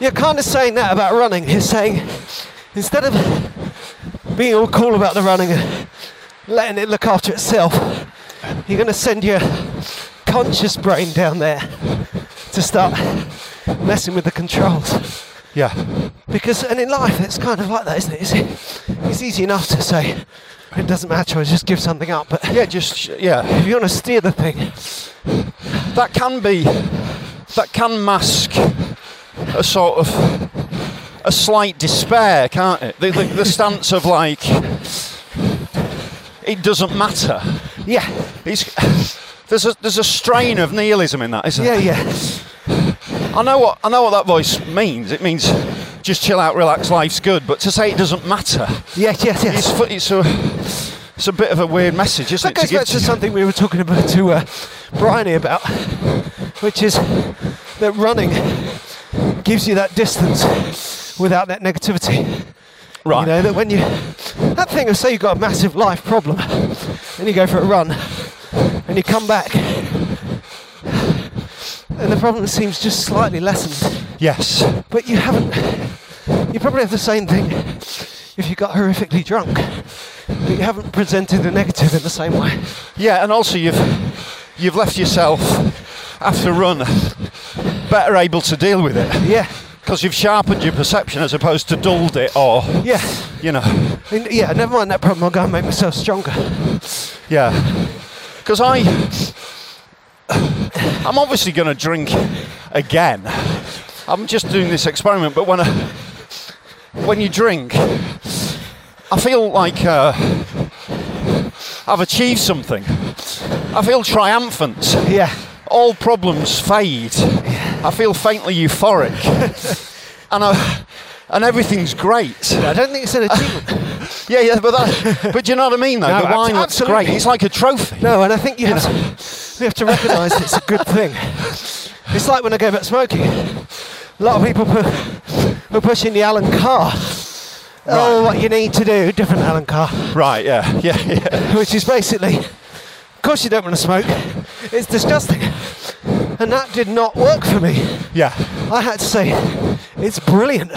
Speaker 5: you're kind of saying that about running. You're saying, instead of being all cool about the running and letting it look after itself, you're going to send your conscious brain down there to start messing with the controls.
Speaker 4: Yeah.
Speaker 5: Because, and in life, it's kind of like that, isn't it? It's, it's easy enough to say, it doesn't matter, I just give something up. But
Speaker 4: Yeah. Just yeah.
Speaker 5: if you want to steer the thing,
Speaker 4: that can be that can mask a sort of a slight despair, can't it? The, the, the stance of like it doesn't matter.
Speaker 5: yeah,
Speaker 4: It's, there's a there's a strain of nihilism in that, isn't
Speaker 5: yeah,
Speaker 4: there?
Speaker 5: yeah.
Speaker 4: I know what I know what that voice means. It means just chill out, relax, life's good. But to say it doesn't matter,
Speaker 5: Yes, yes, yes.
Speaker 4: it's fu- it's a it's a bit of a weird message, isn't
Speaker 5: That
Speaker 4: it? to
Speaker 5: goes
Speaker 4: give
Speaker 5: back to
Speaker 4: you?
Speaker 5: something we were talking about to uh, Bryony about, which is that running gives you that distance without that negativity.
Speaker 4: right.
Speaker 5: You know that when you that thing of say you've got a massive life problem, and you go for a run, and you come back, and the problem seems just slightly lessened.
Speaker 4: Yes.
Speaker 5: But you haven't. You probably have the same thing if you got horrifically drunk, but you haven't presented the negative in the same way.
Speaker 4: Yeah, and also you've you've left yourself after a run better able to deal with it
Speaker 5: Yeah.
Speaker 4: because you've sharpened your perception as opposed to dulled it or
Speaker 5: Yeah,
Speaker 4: you know
Speaker 5: And- yeah. Never mind that problem. I'll go and make myself stronger.
Speaker 4: yeah because I I'm obviously going to drink again. I'm just doing this experiment, but when I, when you drink, I feel like uh, I've achieved something. I feel triumphant.
Speaker 5: Yeah,
Speaker 4: all [laughs] problems fade. I feel faintly euphoric, and I, and everything's great.
Speaker 5: I don't think it's an achievement.
Speaker 4: Yeah, yeah, but that, but do you know what I mean? Though
Speaker 5: No,
Speaker 4: the wine looks
Speaker 5: absolutely.
Speaker 4: great. It's like a trophy.
Speaker 5: No, and I think you have to, we have to recognise it's a good thing. It's like when I go about smoking. A lot of people pu- were pushing the Alan Carr. Oh, what you need to do, different Alan Carr,
Speaker 4: Right? Yeah, yeah, yeah.
Speaker 5: which is basically, of course you don't want to smoke. It's disgusting, and that did not work for me.
Speaker 4: yeah.
Speaker 5: I had to say, it's brilliant,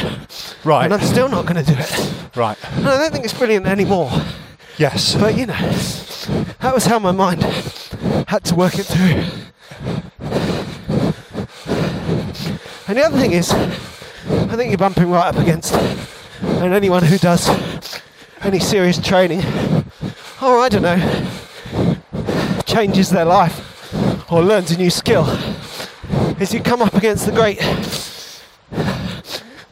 Speaker 4: Right.
Speaker 5: and I'm still not going to do it.
Speaker 4: Right.
Speaker 5: And I don't think it's brilliant anymore.
Speaker 4: Yes.
Speaker 5: But you know, that was how my mind had to work it through. And the other thing is, I think you're bumping right up against, and anyone who does any serious training, or I don't know, changes their life or learns a new skill, is you come up against the great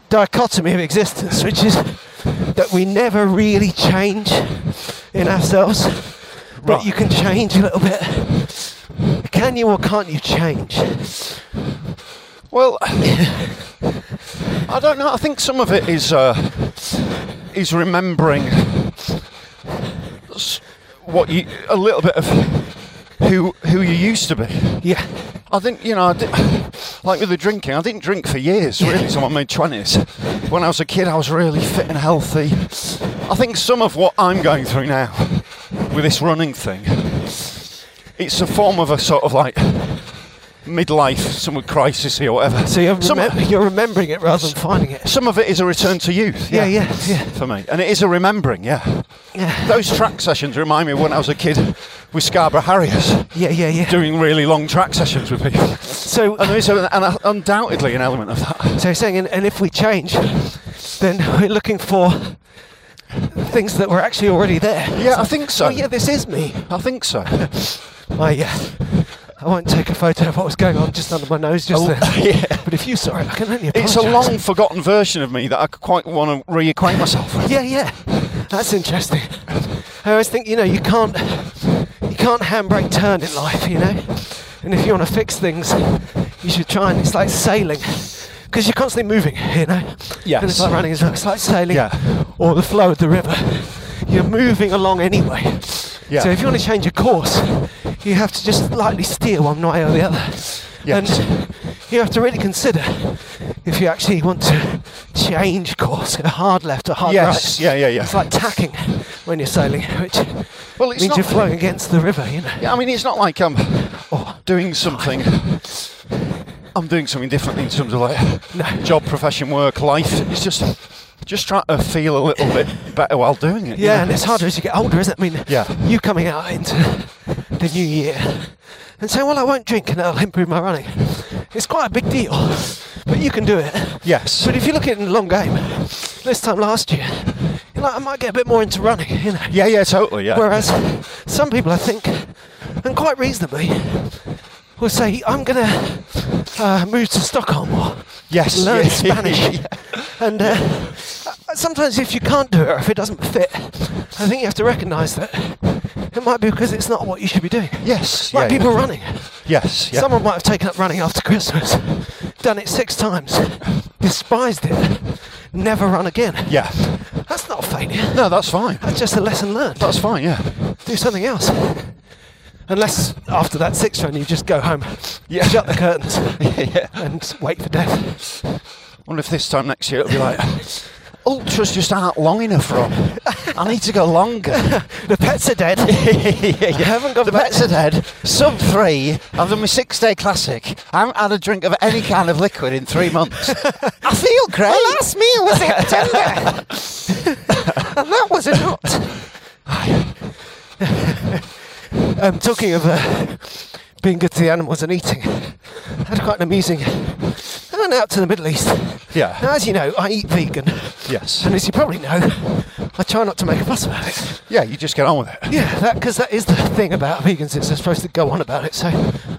Speaker 5: dichotomy of existence, which is that we never really change in ourselves, but
Speaker 4: Right.
Speaker 5: you can change a little bit. Can you or can't you change?
Speaker 4: Well, I don't know. I think some of it is uh, is remembering s- what you a little bit of who who you used to be.
Speaker 5: Yeah,
Speaker 4: I think you know, I di- [sighs] like with the drinking, I didn't drink for years. Really, so I'm mid twenties. When I was a kid, I was really fit and healthy. I think some of what I'm going through now with this running thing, it's a form of a sort of like midlife, some crisis here, whatever.
Speaker 5: so you're,
Speaker 4: some,
Speaker 5: remem- you're remembering it rather than finding it.
Speaker 4: some of it is a return to youth.
Speaker 5: Yeah, yeah, yeah.
Speaker 4: For me, and it is a remembering. Yeah,
Speaker 5: Yeah,
Speaker 4: those track sessions remind me of when I was a kid with Scarborough Harriers,
Speaker 5: yeah, yeah. yeah.
Speaker 4: doing really long track sessions with people.
Speaker 5: So,
Speaker 4: And there is a, an, undoubtedly an element of that.
Speaker 5: so you're saying, and, and if we change, then we're looking for things that were actually already there.
Speaker 4: Yeah, I think so.
Speaker 5: Oh yeah, this is me.
Speaker 4: I think so.
Speaker 5: Oh yeah. I won't take a photo of what was going on just under my nose just there.
Speaker 4: [laughs] yeah.
Speaker 5: But if you saw it, I can only apologise.
Speaker 4: Oh. It's a long forgotten version of me that I quite want to reacquaint myself with.
Speaker 5: Yeah, yeah. That's interesting. I always think, you know, you can't you can't handbrake turn in life, you know. And if you want to fix things, you should try and it's like sailing. Because you're constantly moving, you know.
Speaker 4: Yes.
Speaker 5: And it's like running as well. It's like sailing
Speaker 4: Yeah.
Speaker 5: or the flow of the river. You're moving along anyway.
Speaker 4: Yeah.
Speaker 5: So if you want to change your course, you have to just lightly steer one way or the other.
Speaker 4: Yes.
Speaker 5: And you have to really consider if you actually want to change course, go hard left or hard
Speaker 4: Yes,
Speaker 5: right.
Speaker 4: yeah, yeah, yeah.
Speaker 5: It's like tacking when you're sailing, which
Speaker 4: Well, it's
Speaker 5: means
Speaker 4: not-
Speaker 5: you're flowing against the river, you know.
Speaker 4: Yeah, I mean, it's not like I'm oh, doing something. I'm doing something different in terms of like job, profession, work, life. It's just just trying to feel a little bit better while doing it. you
Speaker 5: Yeah,
Speaker 4: know?
Speaker 5: and it's harder as you get older, isn't it? I mean,
Speaker 4: Yeah.
Speaker 5: you coming out into the new year and saying, well, I won't drink and that'll improve my running. It's quite a big deal, but you can do it.
Speaker 4: Yes.
Speaker 5: But if you look at it in the long game, this time last year, you're like, I might get a bit more into running, you know.
Speaker 4: Yeah, yeah, totally. Yeah.
Speaker 5: Whereas some people, I think, and quite reasonably, will say, I'm going to uh, move to Stockholm or
Speaker 4: yes.
Speaker 5: learn
Speaker 4: [laughs] yeah.
Speaker 5: Spanish. And uh, uh, sometimes if you can't do it or if it doesn't fit, I think you have to recognise that it might be because it's not what you should be doing.
Speaker 4: yes.
Speaker 5: Like
Speaker 4: yeah,
Speaker 5: people
Speaker 4: yeah.
Speaker 5: running.
Speaker 4: Yes. Yeah.
Speaker 5: Someone might have taken up running after Christmas, done it six times, despised it, never run again.
Speaker 4: Yeah.
Speaker 5: That's not a failure.
Speaker 4: No, that's fine.
Speaker 5: That's just a lesson learned
Speaker 4: That's fine. Yeah.
Speaker 5: do something else. Unless after that six run, you just go home,
Speaker 4: Yeah.
Speaker 5: shut the curtains, and wait for death.
Speaker 4: wonder if this time next year it'll be like ultras just aren't long enough Rob. I need to go longer.
Speaker 5: The pets are dead.
Speaker 4: [laughs] yeah,
Speaker 5: I haven't got
Speaker 4: the
Speaker 5: back-
Speaker 4: bets are dead. Sub three. I've done my six day classic. I haven't had a drink of any kind of liquid in three months. I feel great. last meal was September.
Speaker 5: and that was a knot. [laughs] um, talking of uh, being good to the animals and eating, I had quite an amusing. I went out to the Middle East.
Speaker 4: [laughs] Yeah.
Speaker 5: Now, as you know, I eat vegan,
Speaker 4: yes.
Speaker 5: and as you probably know, I try not to make a fuss about it.
Speaker 4: Yeah, you just get on with it.
Speaker 5: Yeah, that because that is the thing about vegans is they're supposed to go on about it, so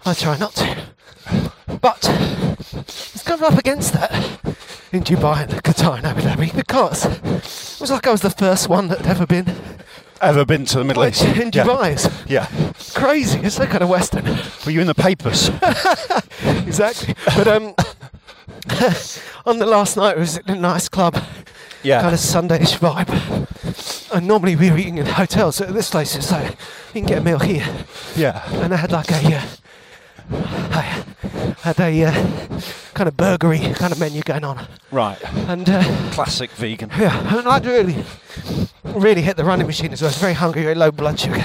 Speaker 5: I try not to. But it's kind of up against that in Dubai and Qatar and Abu Dhabi because it was like I was the first one that had ever been
Speaker 4: Ever been to the Middle East?
Speaker 5: in Dubai. It's
Speaker 4: Yeah. yeah.
Speaker 5: crazy. It's so kind of Western.
Speaker 4: Were you in
Speaker 5: [laughs]
Speaker 4: the papers?
Speaker 5: exactly. But um, on the last night, it was at a nice club
Speaker 4: Yeah.
Speaker 5: kind of Sundayish vibe. And normally we were eating in hotels, so at this place it's like you can get a meal here.
Speaker 4: Yeah.
Speaker 5: And I had like a, uh, I had a uh, kind of burgery kind of menu going on.
Speaker 4: Right.
Speaker 5: And uh,
Speaker 4: Classic vegan.
Speaker 5: yeah, and I'd really, really hit the running machine as well. I was very hungry, very low blood sugar.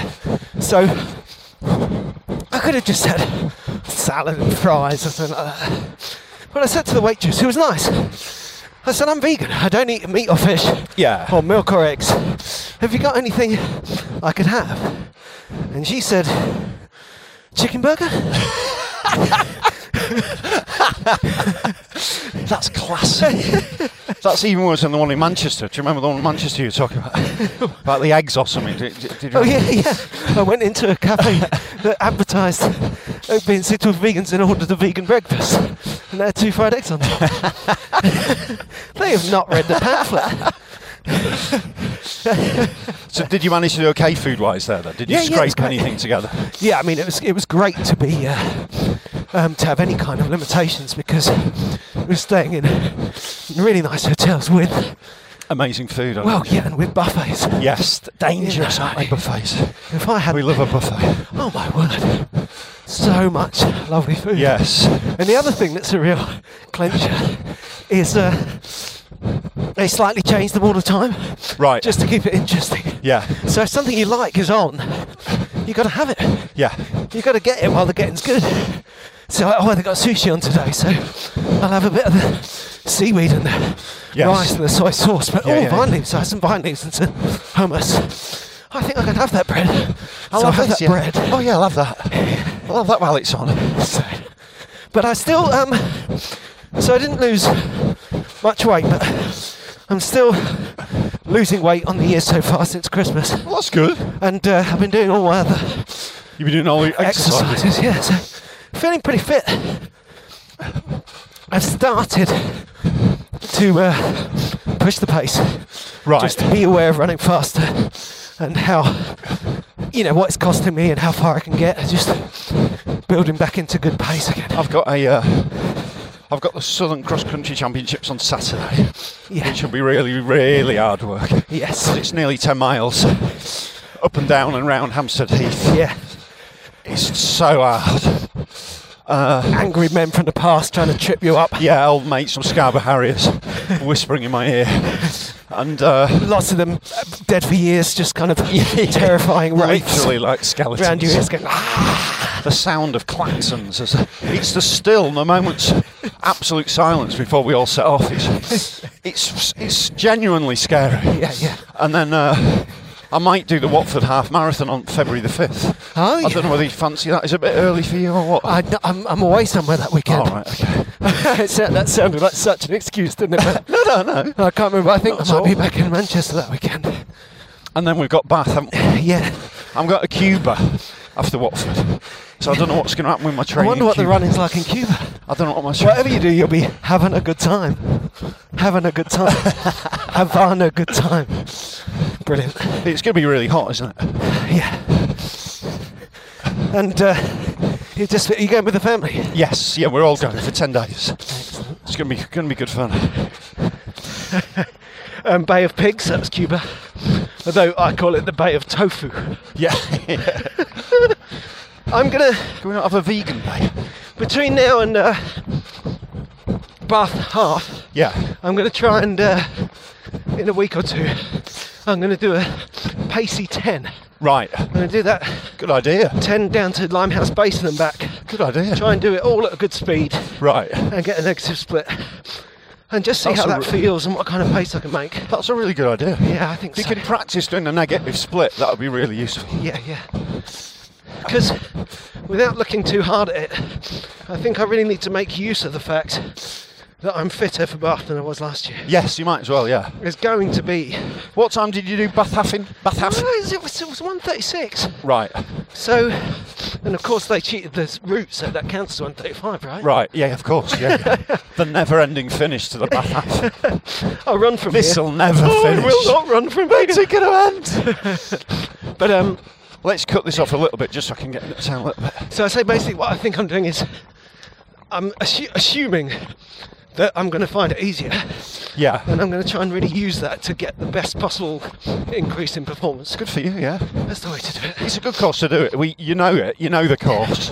Speaker 5: So I could have just had salad and fries or something like that. But I said to the waitress, who was nice, I said, I'm vegan. I don't eat meat or fish
Speaker 4: Yeah.
Speaker 5: or Oh, milk or eggs. Have you got anything I could have? And she said, chicken burger?
Speaker 4: [laughs] That's classic. That's even worse than the one in Manchester. Do you remember the one in Manchester you were talking about?
Speaker 5: [laughs]
Speaker 4: about the eggs or something? Did, did, did you
Speaker 5: Oh yeah, yeah. I went into a cafe that advertised open sit with vegans and ordered a vegan breakfast, and they had two fried eggs on top. [laughs] they have not read the pamphlet.
Speaker 4: So did you manage to do okay food-wise there? Then? Did you
Speaker 5: Yeah, yeah, it's
Speaker 4: scrape
Speaker 5: great.
Speaker 4: anything together?
Speaker 5: Yeah, I mean it was it was great to be uh, um, to have any kind of limitations because we were staying in really nice hotels with
Speaker 4: Amazing food. I
Speaker 5: well [laughs]
Speaker 4: think.
Speaker 5: yeah and with buffets.
Speaker 4: Yes, d- dangerous, aren't they, buffets?
Speaker 5: If I had
Speaker 4: We love a buffet.
Speaker 5: oh my word, so much lovely food.
Speaker 4: Yes.
Speaker 5: And the other thing that's a real clincher is uh, they slightly change them all the time,
Speaker 4: Right.
Speaker 5: just to keep it interesting.
Speaker 4: Yeah.
Speaker 5: So if something you like is on, you got to have it.
Speaker 4: Yeah.
Speaker 5: You got to get it while the getting's good. So like, oh, they got sushi on today, so I'll have a bit of the seaweed and the
Speaker 4: Yes.
Speaker 5: rice and the soy sauce, but
Speaker 4: Yeah,
Speaker 5: oh,
Speaker 4: yeah,
Speaker 5: vine
Speaker 4: yeah.
Speaker 5: leaves. I had some vine leaves and some hummus. I think I can have that bread. I'll have that
Speaker 4: yeah.
Speaker 5: bread.
Speaker 4: Oh yeah, I love that. I love that while it's on.
Speaker 5: So, but I still um, so I didn't lose much weight, but I'm still losing weight on the year so far since Christmas,
Speaker 4: Well, that's good.
Speaker 5: and uh, I've been doing all my other
Speaker 4: You've been doing all the exercises.
Speaker 5: exercises. Yeah, so feeling pretty fit. I've started to uh, push the pace.
Speaker 4: Right.
Speaker 5: Just to be aware of running faster and how you know what it's costing me and how far I can get. Just building back into good pace again.
Speaker 4: I've got a. Uh, I've got the Southern Cross Country Championships on Saturday,
Speaker 5: Yeah.
Speaker 4: which will be really, really hard work.
Speaker 5: Yes.
Speaker 4: It's nearly 10 miles up and down and round Hampstead Heath.
Speaker 5: Yeah.
Speaker 4: It's so hard. Uh,
Speaker 5: Angry men from the past trying to trip you up.
Speaker 4: Yeah, old mates from Scarborough Harriers [laughs] whispering in my ear. And uh,
Speaker 5: Lots of them uh, dead for years, just
Speaker 4: [laughs]
Speaker 5: kind of terrifying rapes
Speaker 4: literally
Speaker 5: around
Speaker 4: like
Speaker 5: your
Speaker 4: skeletons.
Speaker 5: ears going, "Ah."
Speaker 4: The sound of claxons. as- It's the still, the moment's absolute silence before we all set off. It's, it's, it's genuinely scary.
Speaker 5: Yeah, yeah.
Speaker 4: And then uh, I might do the Watford Half Marathon on February the 5th.
Speaker 5: Oh,
Speaker 4: I don't know whether you fancy that. Is it a bit early for you or what?
Speaker 5: I, am I'm away somewhere that weekend.
Speaker 4: All right, okay.
Speaker 5: [laughs] It sa- that sounded like such an excuse, didn't it? no, no, no. I can't remember. I think
Speaker 4: Not
Speaker 5: I
Speaker 4: at
Speaker 5: might be
Speaker 4: all.
Speaker 5: back in Manchester that weekend.
Speaker 4: And then we've got Bath, haven't
Speaker 5: [laughs]
Speaker 4: we?
Speaker 5: Yeah.
Speaker 4: I'm going to Cuba after Watford. So I don't know what's going to happen with my
Speaker 5: I
Speaker 4: training.
Speaker 5: wonder
Speaker 4: in
Speaker 5: what the
Speaker 4: Cuba.
Speaker 5: running's like in Cuba.
Speaker 4: I don't know what my tra-
Speaker 5: Whatever you do, you'll be having a good time. Having a good [laughs] time. having a good time. Brilliant.
Speaker 4: It's going to be really hot, isn't it?
Speaker 5: Yeah. And uh, you just you going with the family?
Speaker 4: Yes. Yeah, we're all going for ten days. It's going to be going to be good [laughs] fun.
Speaker 5: Um, Bay of Pigs, that's Cuba. Although I call it the Bay of Tofu.
Speaker 4: Yeah.
Speaker 5: I'm gonna
Speaker 4: Can we not have a vegan day?
Speaker 5: between now and uh, Bath half.
Speaker 4: Yeah.
Speaker 5: I'm gonna try and uh, in a week or two, I'm gonna do a pacey ten. I'm
Speaker 4: Right.
Speaker 5: gonna do that
Speaker 4: Good idea.
Speaker 5: ten down to Limehouse Basin and back.
Speaker 4: Good idea.
Speaker 5: Try and do it all at a good speed
Speaker 4: Right.
Speaker 5: and get a negative split. And just see
Speaker 4: That's
Speaker 5: how
Speaker 4: a
Speaker 5: that
Speaker 4: re-
Speaker 5: feels and what kind of pace I can make.
Speaker 4: That's a really good idea.
Speaker 5: Yeah, I think
Speaker 4: If you
Speaker 5: so.
Speaker 4: can practice doing a negative split, that would be really useful.
Speaker 5: Yeah, yeah. Because without looking too hard at it, I think I really need to make use of the fact that I'm fitter for Bath than I was last year.
Speaker 4: Yes, you might as well. Yeah.
Speaker 5: It's going to be.
Speaker 4: What time did you do bath halfing? Bath
Speaker 5: No,
Speaker 4: half.
Speaker 5: it was, it was 136.
Speaker 4: Right.
Speaker 5: So, and of course they cheated the route, so that counts as 135, right?
Speaker 4: Right. Yeah. Of course. Yeah. [laughs] yeah. the never-ending finish to the bath half.
Speaker 5: I'll run from
Speaker 4: This
Speaker 5: here.
Speaker 4: will never
Speaker 5: Oh, I [laughs]
Speaker 4: finish.
Speaker 5: will not run from here.
Speaker 4: [laughs]
Speaker 5: But um,
Speaker 4: Let's cut this off a little bit just so I can get it down a little bit.
Speaker 5: So I say basically what I think I'm doing is I'm assu- assuming that I'm going to find it easier
Speaker 4: Yeah.
Speaker 5: And I'm going to try and really use that to get the best possible increase in performance.
Speaker 4: Good for you, yeah.
Speaker 5: That's the way to do it.
Speaker 4: It's a good course to do it. We, you know it. You know the course.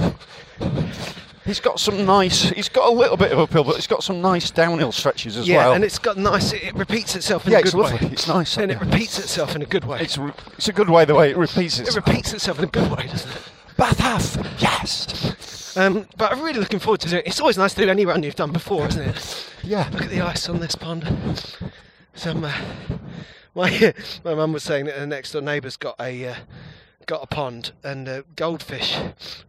Speaker 4: He's got some nice. He's got a little bit of uphill, but he's got some nice downhill stretches as
Speaker 5: yeah,
Speaker 4: well.
Speaker 5: and it's got nice. It repeats itself in
Speaker 4: Yeah,
Speaker 5: a good
Speaker 4: it's lovely.
Speaker 5: way.
Speaker 4: It's nice,
Speaker 5: and it
Speaker 4: yeah.
Speaker 5: repeats itself in a good way.
Speaker 4: it's, re- it's a good way the way it repeats
Speaker 5: it
Speaker 4: itself.
Speaker 5: repeats itself in a good way, doesn't it?
Speaker 4: Bathaf. Yes.
Speaker 5: Um, but I'm really looking forward to doing it. It's always nice to do any run you've done before, isn't it?
Speaker 4: Yeah.
Speaker 5: Look at the ice on this pond. Some, uh, my [laughs] my mum was saying that her next door neighbour's got a uh, got a pond, and uh, goldfish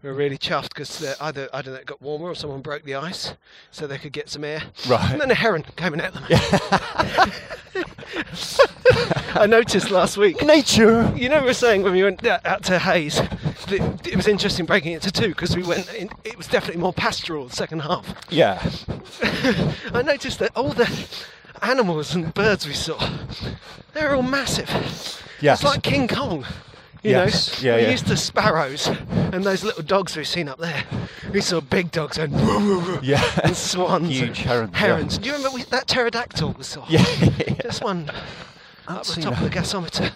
Speaker 5: were really chuffed because either I don't know it got warmer or someone broke the ice, so they could get some air.
Speaker 4: Right.
Speaker 5: And then a heron came and ate them. [laughs] I noticed last week.
Speaker 4: Nature.
Speaker 5: You know, we were saying when we went out out to Hayes, that it was interesting breaking it to two because we went. In, it was definitely more pastoral the second half.
Speaker 4: Yeah.
Speaker 5: I noticed that all the animals and birds we saw, they were all massive.
Speaker 4: Yes.
Speaker 5: It's like King Kong. You
Speaker 4: Yes,
Speaker 5: know,
Speaker 4: yeah,
Speaker 5: we
Speaker 4: yeah.
Speaker 5: used to sparrows and those little dogs we've seen up there. We saw big dogs and,
Speaker 4: Yeah.
Speaker 5: and swans, and
Speaker 4: Huge herons, yeah.
Speaker 5: Herons. Do you remember we, that pterodactyl we saw?
Speaker 4: Yeah.
Speaker 5: Just one up the
Speaker 4: seen
Speaker 5: top
Speaker 4: a-
Speaker 5: of the gasometer.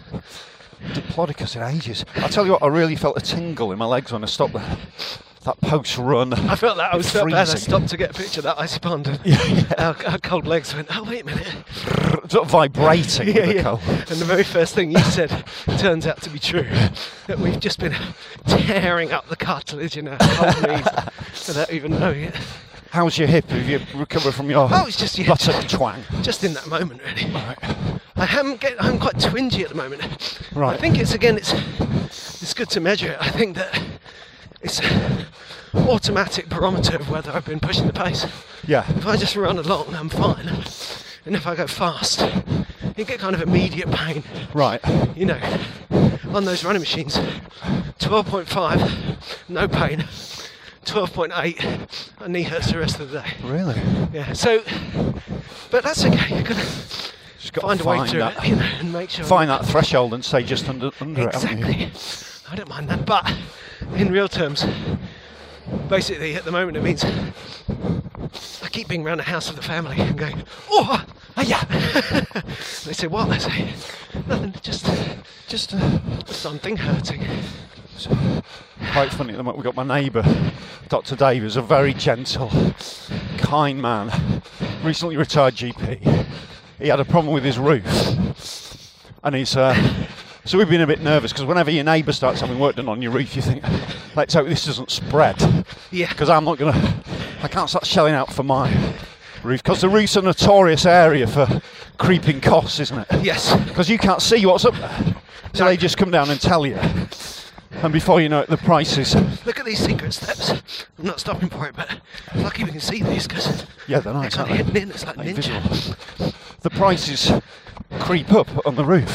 Speaker 4: Diplodocus in ages. I tell you what, I really felt a tingle in my legs when I stopped there. That post run.
Speaker 5: I felt that I was so bad. I
Speaker 4: Freezing.
Speaker 5: stopped to get a picture of that icy pond.
Speaker 4: [laughs]
Speaker 5: And Our, our cold legs went. Oh wait a minute.
Speaker 4: sort
Speaker 5: [laughs]
Speaker 4: of vibrating with the cold.
Speaker 5: And the very first thing you said turns out to be true. That we've just been tearing up the cartilage in our whole
Speaker 4: [laughs]
Speaker 5: knees without even knowing it.
Speaker 4: How's your hip? Have you recovered from your
Speaker 5: Oh, it's just your-
Speaker 4: buttock twang?
Speaker 5: Just in that moment, really. I am get, I'm quite twingy at the moment.
Speaker 4: Right.
Speaker 5: I think it's again. It's it's good to measure it. I think that it's an automatic barometer of whether I've been pushing the pace.
Speaker 4: Yeah.
Speaker 5: If I just run along, I'm fine. And if I go fast, you get kind of immediate pain.
Speaker 4: Right.
Speaker 5: You know, on those running machines, 12.5, no pain. 12.8, my knee hurts the rest of the day.
Speaker 4: Really?
Speaker 5: Yeah. So, but that's okay. You've got to
Speaker 4: Just got
Speaker 5: find a
Speaker 4: to
Speaker 5: way
Speaker 4: find
Speaker 5: through
Speaker 4: that,
Speaker 5: it, you know, and make sure.
Speaker 4: Find that threshold and stay just under, under it. haven't you?
Speaker 5: Exactly. I don't mind that, but in real terms, basically at the moment it means I keep being round the house of the family and going, oh, yeah. [laughs] they say what? I say nothing, just
Speaker 4: Just uh,
Speaker 5: something hurting.
Speaker 4: quite funny at the moment. We've got my neighbour, Dr. Dave, who's a very gentle, kind man, recently retired GP. He had a problem with his roof. And he's. Uh, so we've been a bit nervous because whenever your neighbour starts having work done on your roof, you think, let's hope this doesn't spread.
Speaker 5: Yeah.
Speaker 4: Because I'm not going to. I can't start shelling out for my roof because the roof's a notorious area for creeping costs, isn't it?
Speaker 5: Yes.
Speaker 4: because you can't see what's up there. So they just come down and tell you. And before you know it, the price is.
Speaker 5: Look at these secret steps. I'm not stopping for it, but it's lucky we can see these because
Speaker 4: Yeah, they're nice,
Speaker 5: kind
Speaker 4: aren't
Speaker 5: of
Speaker 4: they?
Speaker 5: hidden in. It's like
Speaker 4: Like
Speaker 5: ninja.
Speaker 4: visible. The prices creep up on the roof.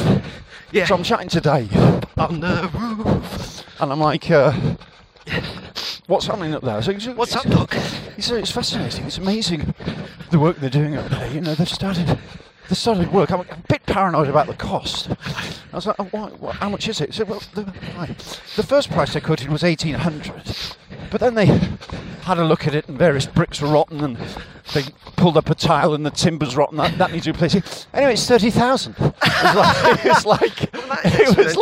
Speaker 5: Yeah.
Speaker 4: So I'm chatting to Dave,
Speaker 5: on the roof.
Speaker 4: and I'm like, uh, what's happening up there? So he's-
Speaker 5: What's up, Doc?
Speaker 4: He said it's fascinating. It's amazing the work they're doing up there. You know, they've started. They started work. I'm a bit paranoid about the cost. I was like, oh, why, why, how much is it? He said, well, the, right. the first price they quoted was 1800 But then they had a look at it and various bricks were rotten and they pulled up a tile and the timber's rotten. That, that needs replacing. Anyway, it's 30000 It was like, [laughs] it was like, it was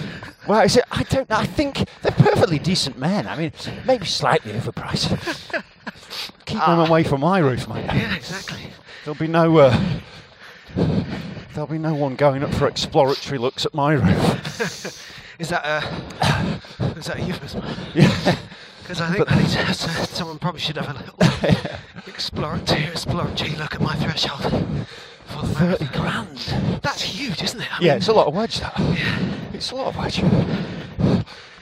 Speaker 4: like well, I said, I don't know. I think they're perfectly decent men. I mean, maybe slightly overpriced. Keep them away from my roof, mate.
Speaker 5: Yeah, exactly.
Speaker 4: There'll be no. Uh, there'll be no one going up for exploratory looks at my roof.
Speaker 5: Is that a is that a euphemism? [laughs]
Speaker 4: Yeah.
Speaker 5: Because I think I need to, so someone probably should have a
Speaker 4: [laughs]
Speaker 5: little exploratory, exploratory look at my threshold for
Speaker 4: [laughs]
Speaker 5: the
Speaker 4: Thirty
Speaker 5: marathon.
Speaker 4: grand.
Speaker 5: That's huge, isn't it? I
Speaker 4: Yeah,
Speaker 5: mean,
Speaker 4: it's a lot of wedge. That. It's a lot of wedge.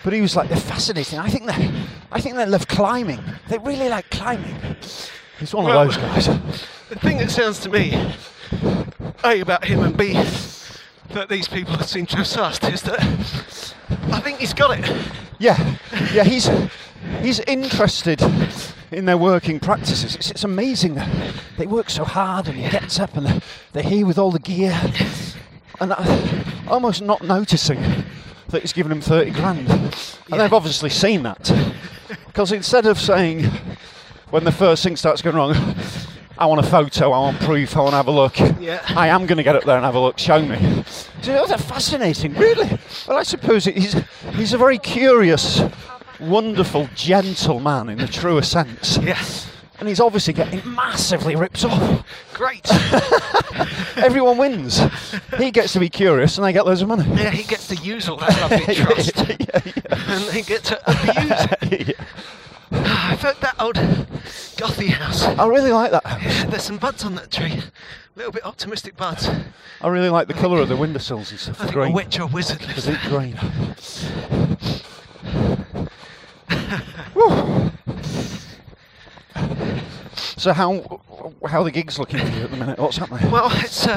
Speaker 4: But he was like, they're fascinating. I think they, I think they love climbing. They really like climbing. He's one
Speaker 5: Well-
Speaker 4: of those guys.
Speaker 5: The thing that sounds to me, A, about him, and B, that these people seem to have sussed is that I think he's got it.
Speaker 4: Yeah, yeah, he's he's interested in their working practices. It's, it's amazing. They work so hard, and he gets up, and they're here with all the gear, and I, almost not noticing that he's given him thirty grand. And they've obviously seen that, because instead of saying when the first thing starts going wrong, I want a photo, I want proof, I want to have a look.
Speaker 5: Yeah.
Speaker 4: I am going to get up there and have a look, show me. Do you know that's fascinating, really? Well, I suppose he's, he's a very curious, wonderful, gentle man in the truest sense.
Speaker 5: Yes.
Speaker 4: And he's obviously getting massively ripped off.
Speaker 5: Great.
Speaker 4: Everyone wins. He gets to be curious and they get loads of money. [laughs]
Speaker 5: yeah, he gets to use all that love he trusts, and they get to abuse it. Ah,
Speaker 4: Yeah.
Speaker 5: I felt that old gothy house.
Speaker 4: I really like that.
Speaker 5: Yeah, there's some buds on that tree. A little bit optimistic buds.
Speaker 4: I really like the colour of the windowsills and stuff.
Speaker 5: I think
Speaker 4: green.
Speaker 5: a witch or wizard lives
Speaker 4: Is it
Speaker 5: there.
Speaker 4: green? [laughs] so how how are the gigs looking for you at the minute? What's happening?
Speaker 5: Well, it's uh,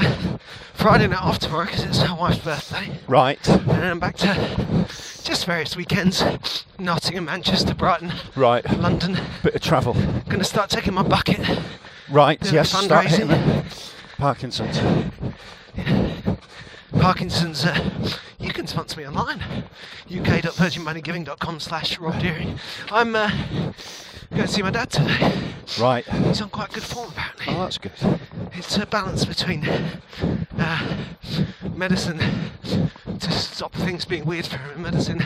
Speaker 5: Friday night off tomorrow because it's her wife's birthday.
Speaker 4: right,
Speaker 5: And then I'm Um, back to just various weekends Nottingham, Manchester, Brighton,
Speaker 4: right.
Speaker 5: London.
Speaker 4: Bit of travel.
Speaker 5: Gonna start taking my bucket.
Speaker 4: Right.
Speaker 5: Doing
Speaker 4: yes. Start hitting the
Speaker 5: fundraising.
Speaker 4: Parkinson's.
Speaker 5: Parkinson's, uh, you can sponsor me online. uk.virginmoneygiving.com slash Rob Deering. I'm uh, going to see my dad today.
Speaker 4: Right.
Speaker 5: He's on quite good form apparently.
Speaker 4: Oh, that's good.
Speaker 5: It's a balance between uh, medicine to stop things being weird for him and medicine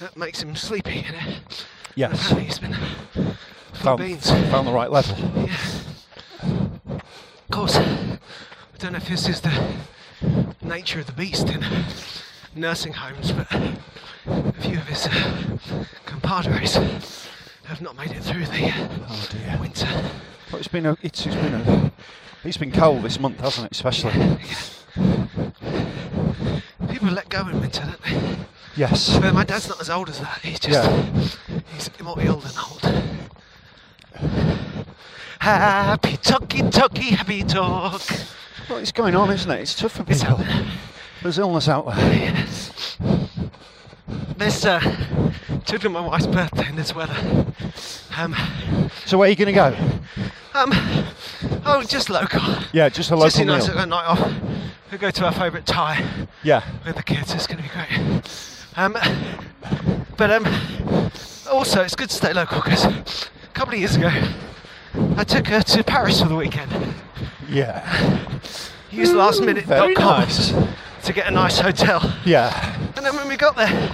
Speaker 5: that makes him sleepy, you know.
Speaker 4: Yes.
Speaker 5: Apparently he's been full of
Speaker 4: Found,
Speaker 5: beans.
Speaker 4: found the right level.
Speaker 5: Yeah. Of course, I don't know if this is the nature of the beast in nursing homes, but a few of his uh, compadres have not made it through the
Speaker 4: Oh dear.
Speaker 5: winter.
Speaker 4: Well, it's been a, it's, it's been a, it's been cold this month, hasn't
Speaker 5: [laughs]
Speaker 4: it? Especially.
Speaker 5: People let go in winter, don't they?
Speaker 4: Yes.
Speaker 5: But my dad's not as old as that. He's just
Speaker 4: Yeah.
Speaker 5: he's more ill than old. Happy talky talky happy talk.
Speaker 4: Well, it's going on, isn't it? It's tough for
Speaker 5: It's
Speaker 4: people.
Speaker 5: out there.
Speaker 4: There's illness out there.
Speaker 5: Yes. This uh took to my wife's birthday in this weather. Um
Speaker 4: So where are you going to go?
Speaker 5: um oh just local.
Speaker 4: Yeah, just a local
Speaker 5: just a nice
Speaker 4: meal.
Speaker 5: little night off. We'll go to our favourite Thai
Speaker 4: Yeah.
Speaker 5: with the kids. It's going to be great. Um, but um, also, it's good to stay local because a couple of years ago, I took her to Paris for the weekend.
Speaker 4: Yeah.
Speaker 5: Used lastminute.com
Speaker 4: Very nice.
Speaker 5: to get a nice hotel.
Speaker 4: Yeah.
Speaker 5: And then when we got there,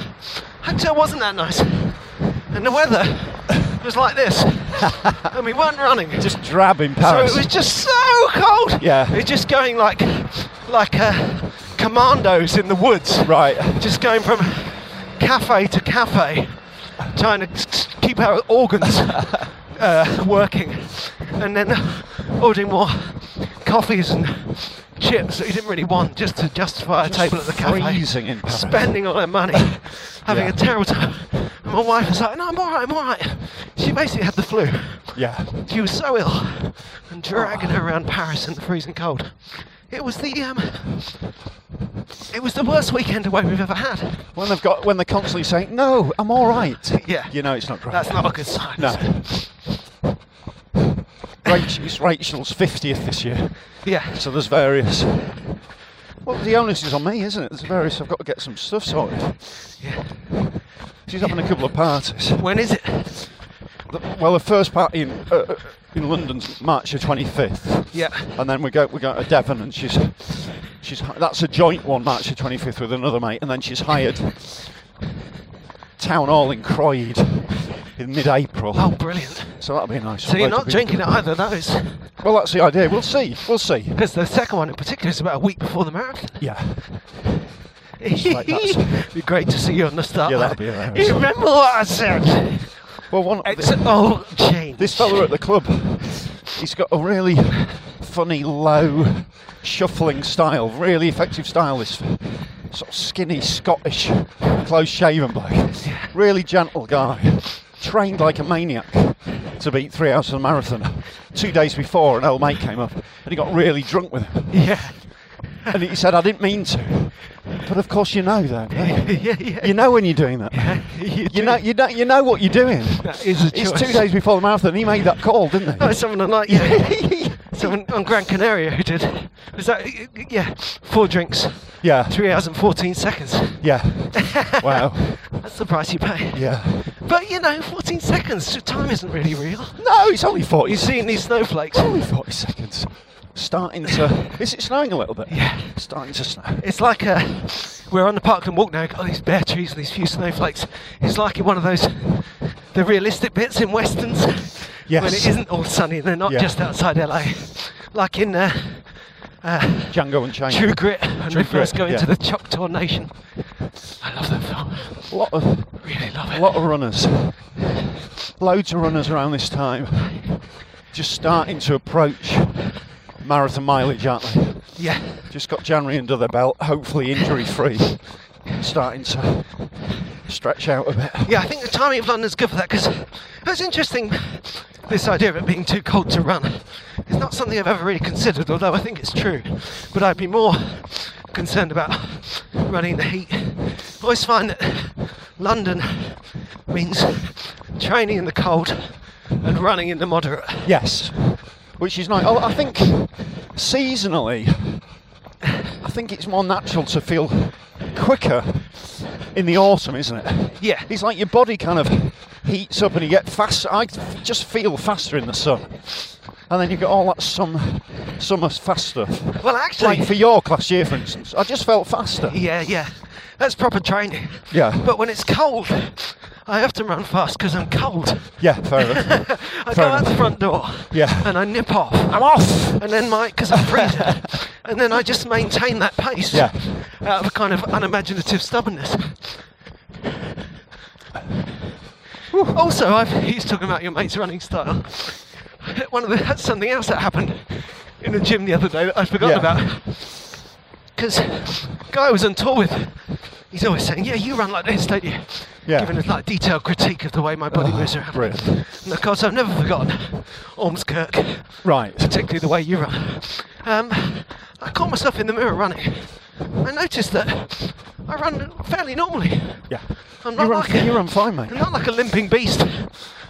Speaker 5: hotel wasn't that nice. And the weather was like
Speaker 4: [laughs]
Speaker 5: this. and we weren't running.
Speaker 4: Just drab in
Speaker 5: So
Speaker 4: Paris.
Speaker 5: it was just so cold.
Speaker 4: Yeah.
Speaker 5: It was just going like like uh, commandos in the woods.
Speaker 4: right.
Speaker 5: Just going from cafe to cafe, trying to s- s- keep our
Speaker 4: [laughs]
Speaker 5: organs uh, working, and then ordering more coffees and chips that we didn't really want just to justify a table at the cafe.
Speaker 4: freezing in Paris.
Speaker 5: Spending all our money, having
Speaker 4: Yeah.
Speaker 5: a terrible time. And my wife was like, "No, I'm all right. I'm all right." She basically had the flu.
Speaker 4: Yeah.
Speaker 5: She was so ill and dragging
Speaker 4: Oh.
Speaker 5: her around Paris in the freezing cold. It was the um, it was the worst weekend away we've ever had.
Speaker 4: When they've got when they're constantly saying, No, I'm all right.
Speaker 5: Yeah.
Speaker 4: You know it's not great.
Speaker 5: That's not a good sign.
Speaker 4: No.
Speaker 5: is it?
Speaker 4: Rachel, it's Rachel's fiftieth this year.
Speaker 5: Yeah.
Speaker 4: So there's various Well the onus is on me, isn't it? There's various I've got to get some stuff sorted.
Speaker 5: Yeah.
Speaker 4: She's having a couple of parties.
Speaker 5: When is it?
Speaker 4: The- Well the first party in uh, in London's March the twenty fifth.
Speaker 5: Yeah.
Speaker 4: and then we go we go to Devon, and she's she's that's a joint one, March the twenty fifth, with another mate, and then she's hired town hall in Croyd in mid-April.
Speaker 5: Oh, brilliant.
Speaker 4: so that'll be a nice.
Speaker 5: So you're
Speaker 4: way to
Speaker 5: not
Speaker 4: be-
Speaker 5: drinking at either of those.
Speaker 4: Well, that's the idea. We'll see. We'll see.
Speaker 5: Because the second one in particular is about a week before the marathon.
Speaker 4: Yeah. like
Speaker 5: [laughs]
Speaker 4: that's-
Speaker 5: It'd be great to see you on the start
Speaker 4: Yeah,
Speaker 5: line.
Speaker 4: that'd be hilarious.
Speaker 5: You remember what I said?
Speaker 4: Well, one
Speaker 5: It's an old change.
Speaker 4: this fella at the club, he's got a really funny low shuffling style, really effective style. This sort of skinny Scottish, close-shaven bloke, really gentle guy, trained like a maniac to beat three hours of the marathon. Two days before, an old mate came up and he got really drunk with him,
Speaker 5: [laughs] Yeah. [laughs]
Speaker 4: and he said, "I didn't mean to." But of course, you know that. don't you?
Speaker 5: yeah, yeah.
Speaker 4: You know when you're doing that.
Speaker 5: you,
Speaker 4: You know, you know, you know what you're doing.
Speaker 5: That is a
Speaker 4: It's
Speaker 5: choice.
Speaker 4: two days before the marathon. He made that call, didn't
Speaker 5: Oh,
Speaker 4: he?
Speaker 5: someone on like yeah. [laughs] someone on Gran Canaria who did. Was that yeah? Four drinks,
Speaker 4: Yeah.
Speaker 5: three hours and fourteen seconds.
Speaker 4: Yeah. wow.
Speaker 5: That's the price you pay.
Speaker 4: Yeah.
Speaker 5: But you know, 14 seconds, so time isn't really real.
Speaker 4: No, it's only 40
Speaker 5: You've seen these snowflakes.
Speaker 4: It's only 40 seconds. Starting to. is it snowing a little bit?
Speaker 5: Yeah.
Speaker 4: Starting to snow.
Speaker 5: It's like uh We're on the Parkland Walk now, got these bare trees and these few snowflakes. It's like in one of those. the realistic bits in westerns.
Speaker 4: Yes.
Speaker 5: When it isn't all sunny and they're not
Speaker 4: Yeah.
Speaker 5: just outside LA. Like in. Uh, uh,
Speaker 4: Django and China.
Speaker 5: True Grit, [laughs] and
Speaker 4: True
Speaker 5: we first
Speaker 4: Grit,
Speaker 5: go
Speaker 4: yeah.
Speaker 5: into the Choctaw Nation. I love that film.
Speaker 4: A lot of,
Speaker 5: Really love
Speaker 4: a
Speaker 5: it.
Speaker 4: lot of runners. Loads of runners around this time. Just starting to approach marathon mileage, aren't they?
Speaker 5: Yeah.
Speaker 4: Just got January under their belt, hopefully injury free. Starting to stretch out a bit.
Speaker 5: Yeah, I think the timing of London's good for that because it's interesting. This idea of it being too cold to run It's not something I've ever really considered, although I think it's true. But I'd be more concerned about running in the heat. I always find that London means training in the cold and running in the moderate.
Speaker 4: Yes, which is nice. Oh, I think seasonally, I think it's more natural to feel quicker in the autumn, isn't it?
Speaker 5: Yeah.
Speaker 4: It's like your body kind of heats up and you get faster. I just feel faster in the sun. And then you get all that sum, summer fast stuff.
Speaker 5: Well, actually,
Speaker 4: like for your class year, for instance, I just felt faster.
Speaker 5: Yeah, yeah. That's proper training.
Speaker 4: Yeah.
Speaker 5: But when it's cold, I have to run fast because I'm cold.
Speaker 4: Yeah, fair enough.
Speaker 5: I
Speaker 4: Fair
Speaker 5: go out
Speaker 4: enough.
Speaker 5: the front door.
Speaker 4: Yeah.
Speaker 5: And I nip off. [laughs] I'm
Speaker 4: off!
Speaker 5: And then my because I'm freezing. [laughs] and then I just maintain that pace.
Speaker 4: Yeah.
Speaker 5: Out of a kind of unimaginative stubbornness. Also, I've, he's talking about your mate's running style. [laughs] One of the, that's something else that happened in the gym the other day that I'd forgotten
Speaker 4: Yeah.
Speaker 5: about because guy I was on tour with, he's always saying, "Yeah, you run like this, don't you?"
Speaker 4: Yeah. Ah,
Speaker 5: Giving us like detailed critique of the way my body moves around.
Speaker 4: brilliant.
Speaker 5: And of course, I've never forgotten Ormskirk,
Speaker 4: right.
Speaker 5: particularly the way you run. Um, I caught myself in the mirror running. I noticed that I run fairly normally.
Speaker 4: Yeah.
Speaker 5: I'm
Speaker 4: You
Speaker 5: not
Speaker 4: run,
Speaker 5: like a-
Speaker 4: you run fine, mate.
Speaker 5: I'm not like a limping beast.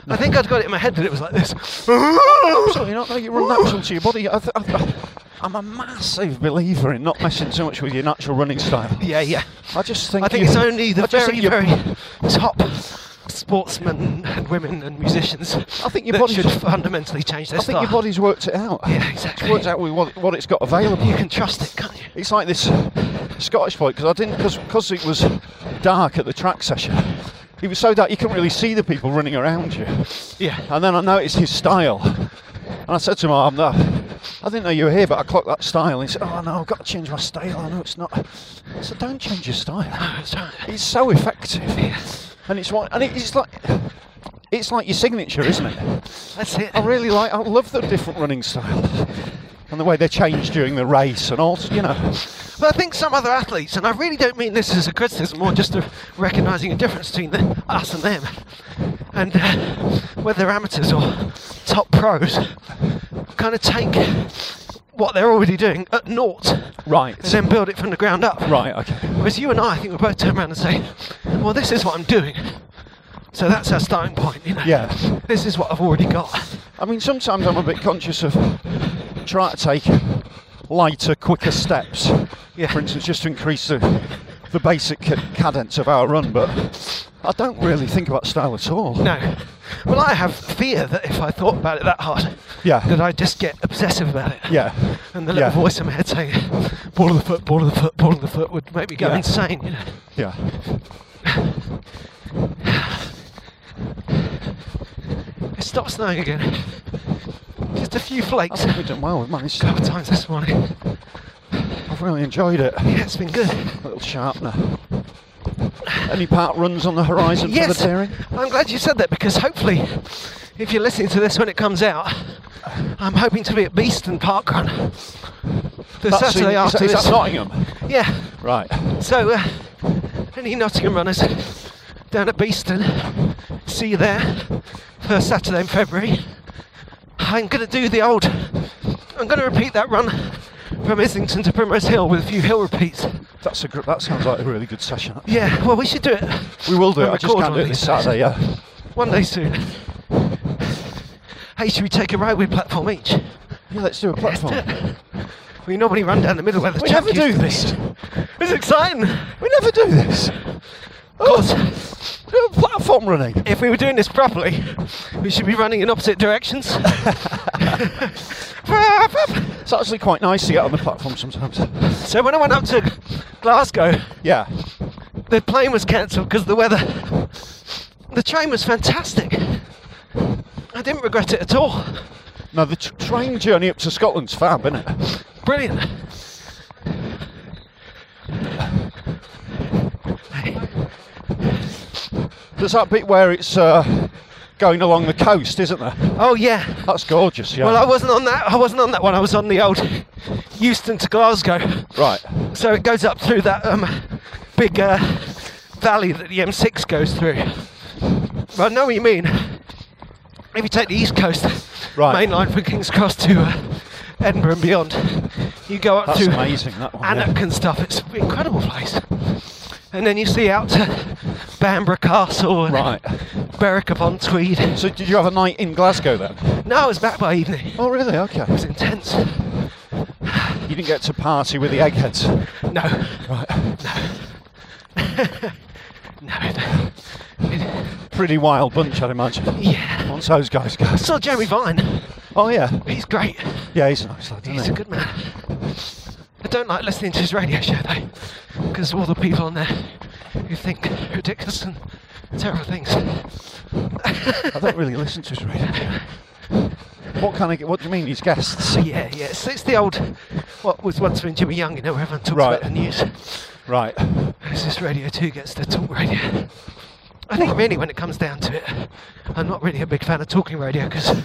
Speaker 5: I think I'd got it in my head that it was like this.
Speaker 4: Absolutely not. No, you run natural to your body. I th- I th- I'm a massive believer in not messing too much with your natural running style.
Speaker 5: Yeah, yeah.
Speaker 4: I just think
Speaker 5: I think
Speaker 4: you-
Speaker 5: it's only the
Speaker 4: I just
Speaker 5: very,
Speaker 4: think you-
Speaker 5: very top sportsmen and women and musicians
Speaker 4: I think your
Speaker 5: that
Speaker 4: body's-
Speaker 5: should fundamentally change their
Speaker 4: I think your
Speaker 5: style.
Speaker 4: body's worked it out.
Speaker 5: Yeah, exactly.
Speaker 4: It's worked out with what, what it's got available.
Speaker 5: You can trust it, can't you?
Speaker 4: It's like this Scottish bloke because I didn't because it was dark at the track session. It was so dark you couldn't really see the people running around you.
Speaker 5: Yeah.
Speaker 4: And then I noticed his style, and I said to him, oh, I'm not, I didn't know you were here, but I clocked that style. And he said, Oh no, I've got to change my style. I know it's not. I said, Don't change your style.
Speaker 5: That's right.
Speaker 4: It's so effective, and it's what, and it's like. It's like your signature, isn't it?
Speaker 5: That's it.
Speaker 4: I really like. I love the different running style and the way they change during the race, and also, you know,
Speaker 5: But I think some other athletes, and I really don't mean this as a criticism, more just a recognising a difference between the, us and them, and uh, whether they're amateurs or top pros, kind of take what they're already doing at naught,
Speaker 4: Right.
Speaker 5: and then build it from the ground up.
Speaker 4: right? Okay.
Speaker 5: Whereas you and I, I think we both turn around and say, well, this is what I'm doing. So that's our starting point, you know.
Speaker 4: Yeah.
Speaker 5: This is what I've already got.
Speaker 4: I mean, sometimes I'm a bit conscious of trying to take lighter, quicker steps.
Speaker 5: Yeah.
Speaker 4: For instance, just to increase the, the basic ca- cadence of our run, but I don't really think about style at all.
Speaker 5: No. Well, I have fear that if I thought about it that hard,
Speaker 4: Yeah.
Speaker 5: that I'd just get obsessive about it.
Speaker 4: Yeah.
Speaker 5: And the
Speaker 4: yeah.
Speaker 5: little voice in my head saying, ball of the foot, ball of the foot, ball of the foot would make me go
Speaker 4: Yeah.
Speaker 5: insane, you know.
Speaker 4: Yeah.
Speaker 5: It stopped snowing again. Just a few
Speaker 4: I
Speaker 5: flakes.
Speaker 4: think we've
Speaker 5: A
Speaker 4: done well. We've managed.
Speaker 5: couple of times this morning.
Speaker 4: I've really enjoyed it.
Speaker 5: Yeah, it's been good.
Speaker 4: A little sharpener. Any part runs on the horizon for
Speaker 5: Yes,
Speaker 4: the daring?
Speaker 5: I'm glad you said that because hopefully, if you're listening to this when it comes out, I'm hoping to be at Beeston Park Run the
Speaker 4: That's in-
Speaker 5: Saturday
Speaker 4: is
Speaker 5: after
Speaker 4: that- is
Speaker 5: this.
Speaker 4: that Nottingham?
Speaker 5: Yeah.
Speaker 4: Right.
Speaker 5: So, uh, any Nottingham runners down at Beeston, see you there. First Saturday in February. I'm going to do the old. I'm going to repeat that run from Islington to Primrose Hill with a few hill repeats.
Speaker 4: That's a gr- that sounds like a really good session.
Speaker 5: Yeah. Well, we should do it.
Speaker 4: We will do it.
Speaker 5: We'll
Speaker 4: I just
Speaker 5: record
Speaker 4: can't
Speaker 5: one
Speaker 4: do it
Speaker 5: of
Speaker 4: this
Speaker 5: these days.
Speaker 4: Saturday. Yeah.
Speaker 5: One day soon. Hey, should we take a railway platform each?
Speaker 4: Yeah. Let's do a
Speaker 5: [laughs]
Speaker 4: platform.
Speaker 5: We normally run down the middle where the
Speaker 4: We
Speaker 5: track
Speaker 4: never
Speaker 5: used
Speaker 4: do
Speaker 5: to be.
Speaker 4: this.
Speaker 5: It's exciting.
Speaker 4: We never do this. Oh.
Speaker 5: course.
Speaker 4: Platform running.
Speaker 5: If we were doing this properly, we should be running in opposite directions.
Speaker 4: It's actually quite nice to get on the platform sometimes.
Speaker 5: so when I went up to Glasgow,
Speaker 4: Yeah.
Speaker 5: the plane was cancelled because the weather. The train was fantastic. I didn't regret it at all.
Speaker 4: Now the tr train journey up to Scotland's fab, isn't it?
Speaker 5: Brilliant.
Speaker 4: There's that bit where it's uh, going along the coast, isn't there?
Speaker 5: Oh yeah.
Speaker 4: That's gorgeous. Yeah.
Speaker 5: Well, I wasn't on that. I wasn't on that one. I was on the old Euston to Glasgow.
Speaker 4: right.
Speaker 5: So it goes up through that um, big uh, valley that the M6 goes through. I know what you mean. If you take the east coast,
Speaker 4: Right.
Speaker 5: main line from King's Cross to uh, Edinburgh and beyond, you go up
Speaker 4: That's
Speaker 5: to
Speaker 4: amazing, that one,
Speaker 5: Annock
Speaker 4: yeah.
Speaker 5: and stuff. It's an incredible place. And then you see out to Bamborough Castle and
Speaker 4: Right.
Speaker 5: Berwick upon Tweed.
Speaker 4: So did you have a night in Glasgow then?
Speaker 5: No, I was back by evening. It
Speaker 4: Oh really? Okay.
Speaker 5: was intense.
Speaker 4: You didn't get to party with the eggheads.
Speaker 5: No,
Speaker 4: Right.
Speaker 5: [laughs] no.
Speaker 4: Pretty wild bunch, I'd imagine.
Speaker 5: Yeah.
Speaker 4: Once those guys go.
Speaker 5: I saw Jeremy Vine.
Speaker 4: Oh yeah.
Speaker 5: He's great.
Speaker 4: Yeah, he's a nice lad. Isn't
Speaker 5: He's
Speaker 4: he?
Speaker 5: a good man. I don't like listening to his radio show though, because all the people on there who think ridiculous and terrible things.
Speaker 4: I don't really listen to his radio. What kind of? What do you mean? He's guests?
Speaker 5: Yeah, yeah. It's, it's the old what was once when Jimmy Young, you know, where everyone talks
Speaker 4: Right.
Speaker 5: about the news.
Speaker 4: Right.
Speaker 5: It's this Radio Two gets to talk radio. I think really, when it comes down to it, I'm not really a big fan of talking radio because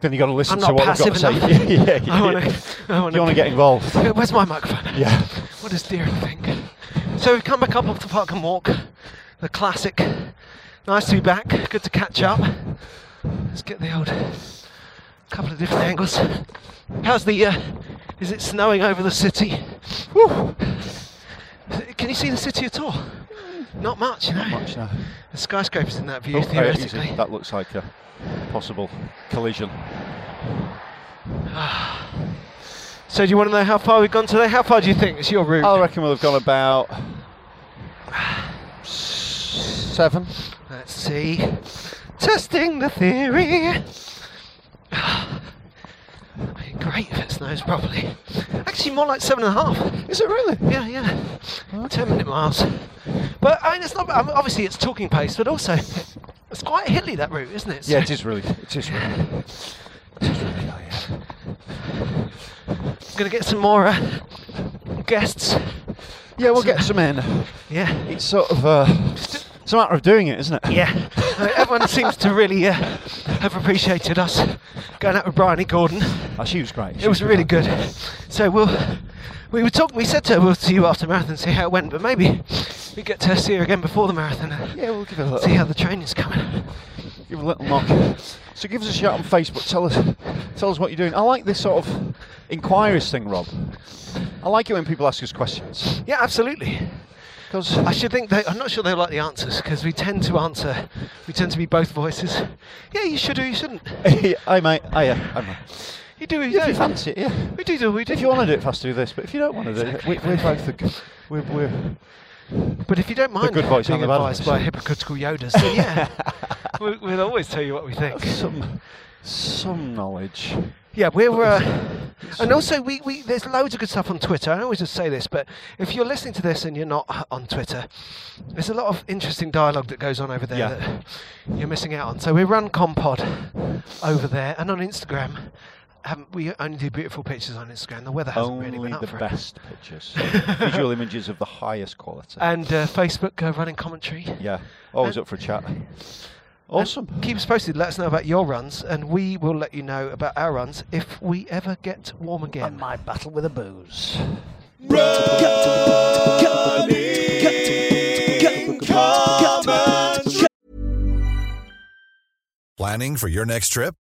Speaker 4: Then you got to listen
Speaker 5: I'm
Speaker 4: to
Speaker 5: not
Speaker 4: what they've
Speaker 5: passive
Speaker 4: got to
Speaker 5: enough.
Speaker 4: say. [laughs] yeah, yeah.
Speaker 5: I want to. I want
Speaker 4: you want to get involved.
Speaker 5: Where's my microphone?
Speaker 4: Yeah.
Speaker 5: What does Deering think? So we've come back up off the park and walk. The classic. Nice to be back. Good to catch up. Let's get the old couple of different angles. How's the? Uh, is it snowing over the city? Woo. Can you see the city at all? Not much, you know.
Speaker 4: Much now.
Speaker 5: The skyscrapers in that view,
Speaker 4: uh, Oh, there it is.
Speaker 5: theoretically.
Speaker 4: That looks like a possible collision.
Speaker 5: So do you want to know how far we've gone today? How far do you think? It's your route.
Speaker 4: I reckon we'll have gone about seven.
Speaker 5: Let's see. Testing the theory. [sighs] Great if it snows properly. Actually, more like seven and a half.
Speaker 4: Is it really?
Speaker 5: Yeah, yeah. Ten minute miles. But I mean, it's not. I mean, obviously, it's talking pace, but also it's quite hilly that route, isn't it?
Speaker 4: Yeah, it is really. It is really. It is really. oh, yeah.
Speaker 5: is. Gonna get some more uh, guests.
Speaker 4: Yeah, we'll get some in.
Speaker 5: Yeah.
Speaker 4: It's sort of uh, it's a matter of doing it, isn't it?
Speaker 5: Yeah. I mean, [laughs] everyone seems to really uh, have appreciated us going out with Brian and Gordon.
Speaker 4: Oh, she was great. She
Speaker 5: It was
Speaker 4: a
Speaker 5: really
Speaker 4: good.
Speaker 5: good. So we'll we were talking. We said to her we'll see you after marathon, see how it went. But maybe we get to see her again before the marathon and
Speaker 4: Yeah, we'll give her a
Speaker 5: see
Speaker 4: little,
Speaker 5: how the training's coming.
Speaker 4: give her a little knock. So give us a shout on Facebook. Tell us, tell us what you're doing. I like this sort of inquiries thing, Rob. I like it when people ask us questions
Speaker 5: Yeah, absolutely.
Speaker 4: because [laughs]
Speaker 5: I should think they. I'm not sure they like the answers because we tend to answer. We tend to be both voices. Yeah, you should or you shouldn't.
Speaker 4: I mate, I uh, I mate.
Speaker 5: You do. or You
Speaker 4: If you
Speaker 5: don't.
Speaker 4: fancy it, yeah.
Speaker 5: We do. Do we do?
Speaker 4: If you want to do it fast, do this. But if you don't want to do it, we, [laughs] we're both the g- we're, we're
Speaker 5: But if you don't mind
Speaker 4: good voice
Speaker 5: being
Speaker 4: and the bad
Speaker 5: advised
Speaker 4: voice.
Speaker 5: by hypocritical Yodas, then [laughs] yeah, we, we'll always tell you what we think.
Speaker 4: some some knowledge.
Speaker 5: Yeah, we're. Uh, [sighs] and also, we, we there's loads of good stuff on Twitter. I always just say this, but if you're listening to this and you're not on Twitter, there's a lot of interesting dialogue that goes on over there
Speaker 4: Yeah.
Speaker 5: that you're missing out on. So we run Compod over there and on Instagram. Um, we only do beautiful pictures on Instagram. The weather hasn't really
Speaker 4: Only
Speaker 5: been up
Speaker 4: the
Speaker 5: for it. [laughs]
Speaker 4: best pictures, visual images of the highest quality.
Speaker 5: And uh, Facebook uh, running commentary.
Speaker 4: yeah, always
Speaker 5: and-
Speaker 4: up for a chat.
Speaker 5: uh, And
Speaker 4: Awesome.
Speaker 5: Keep us posted. Let us know about your runs, and we will let you know about our runs if we ever get warm again.
Speaker 7: My battle with the booze.
Speaker 8: Planning for your next trip?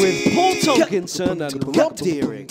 Speaker 3: With Paul Tompkinson and Rob Deering.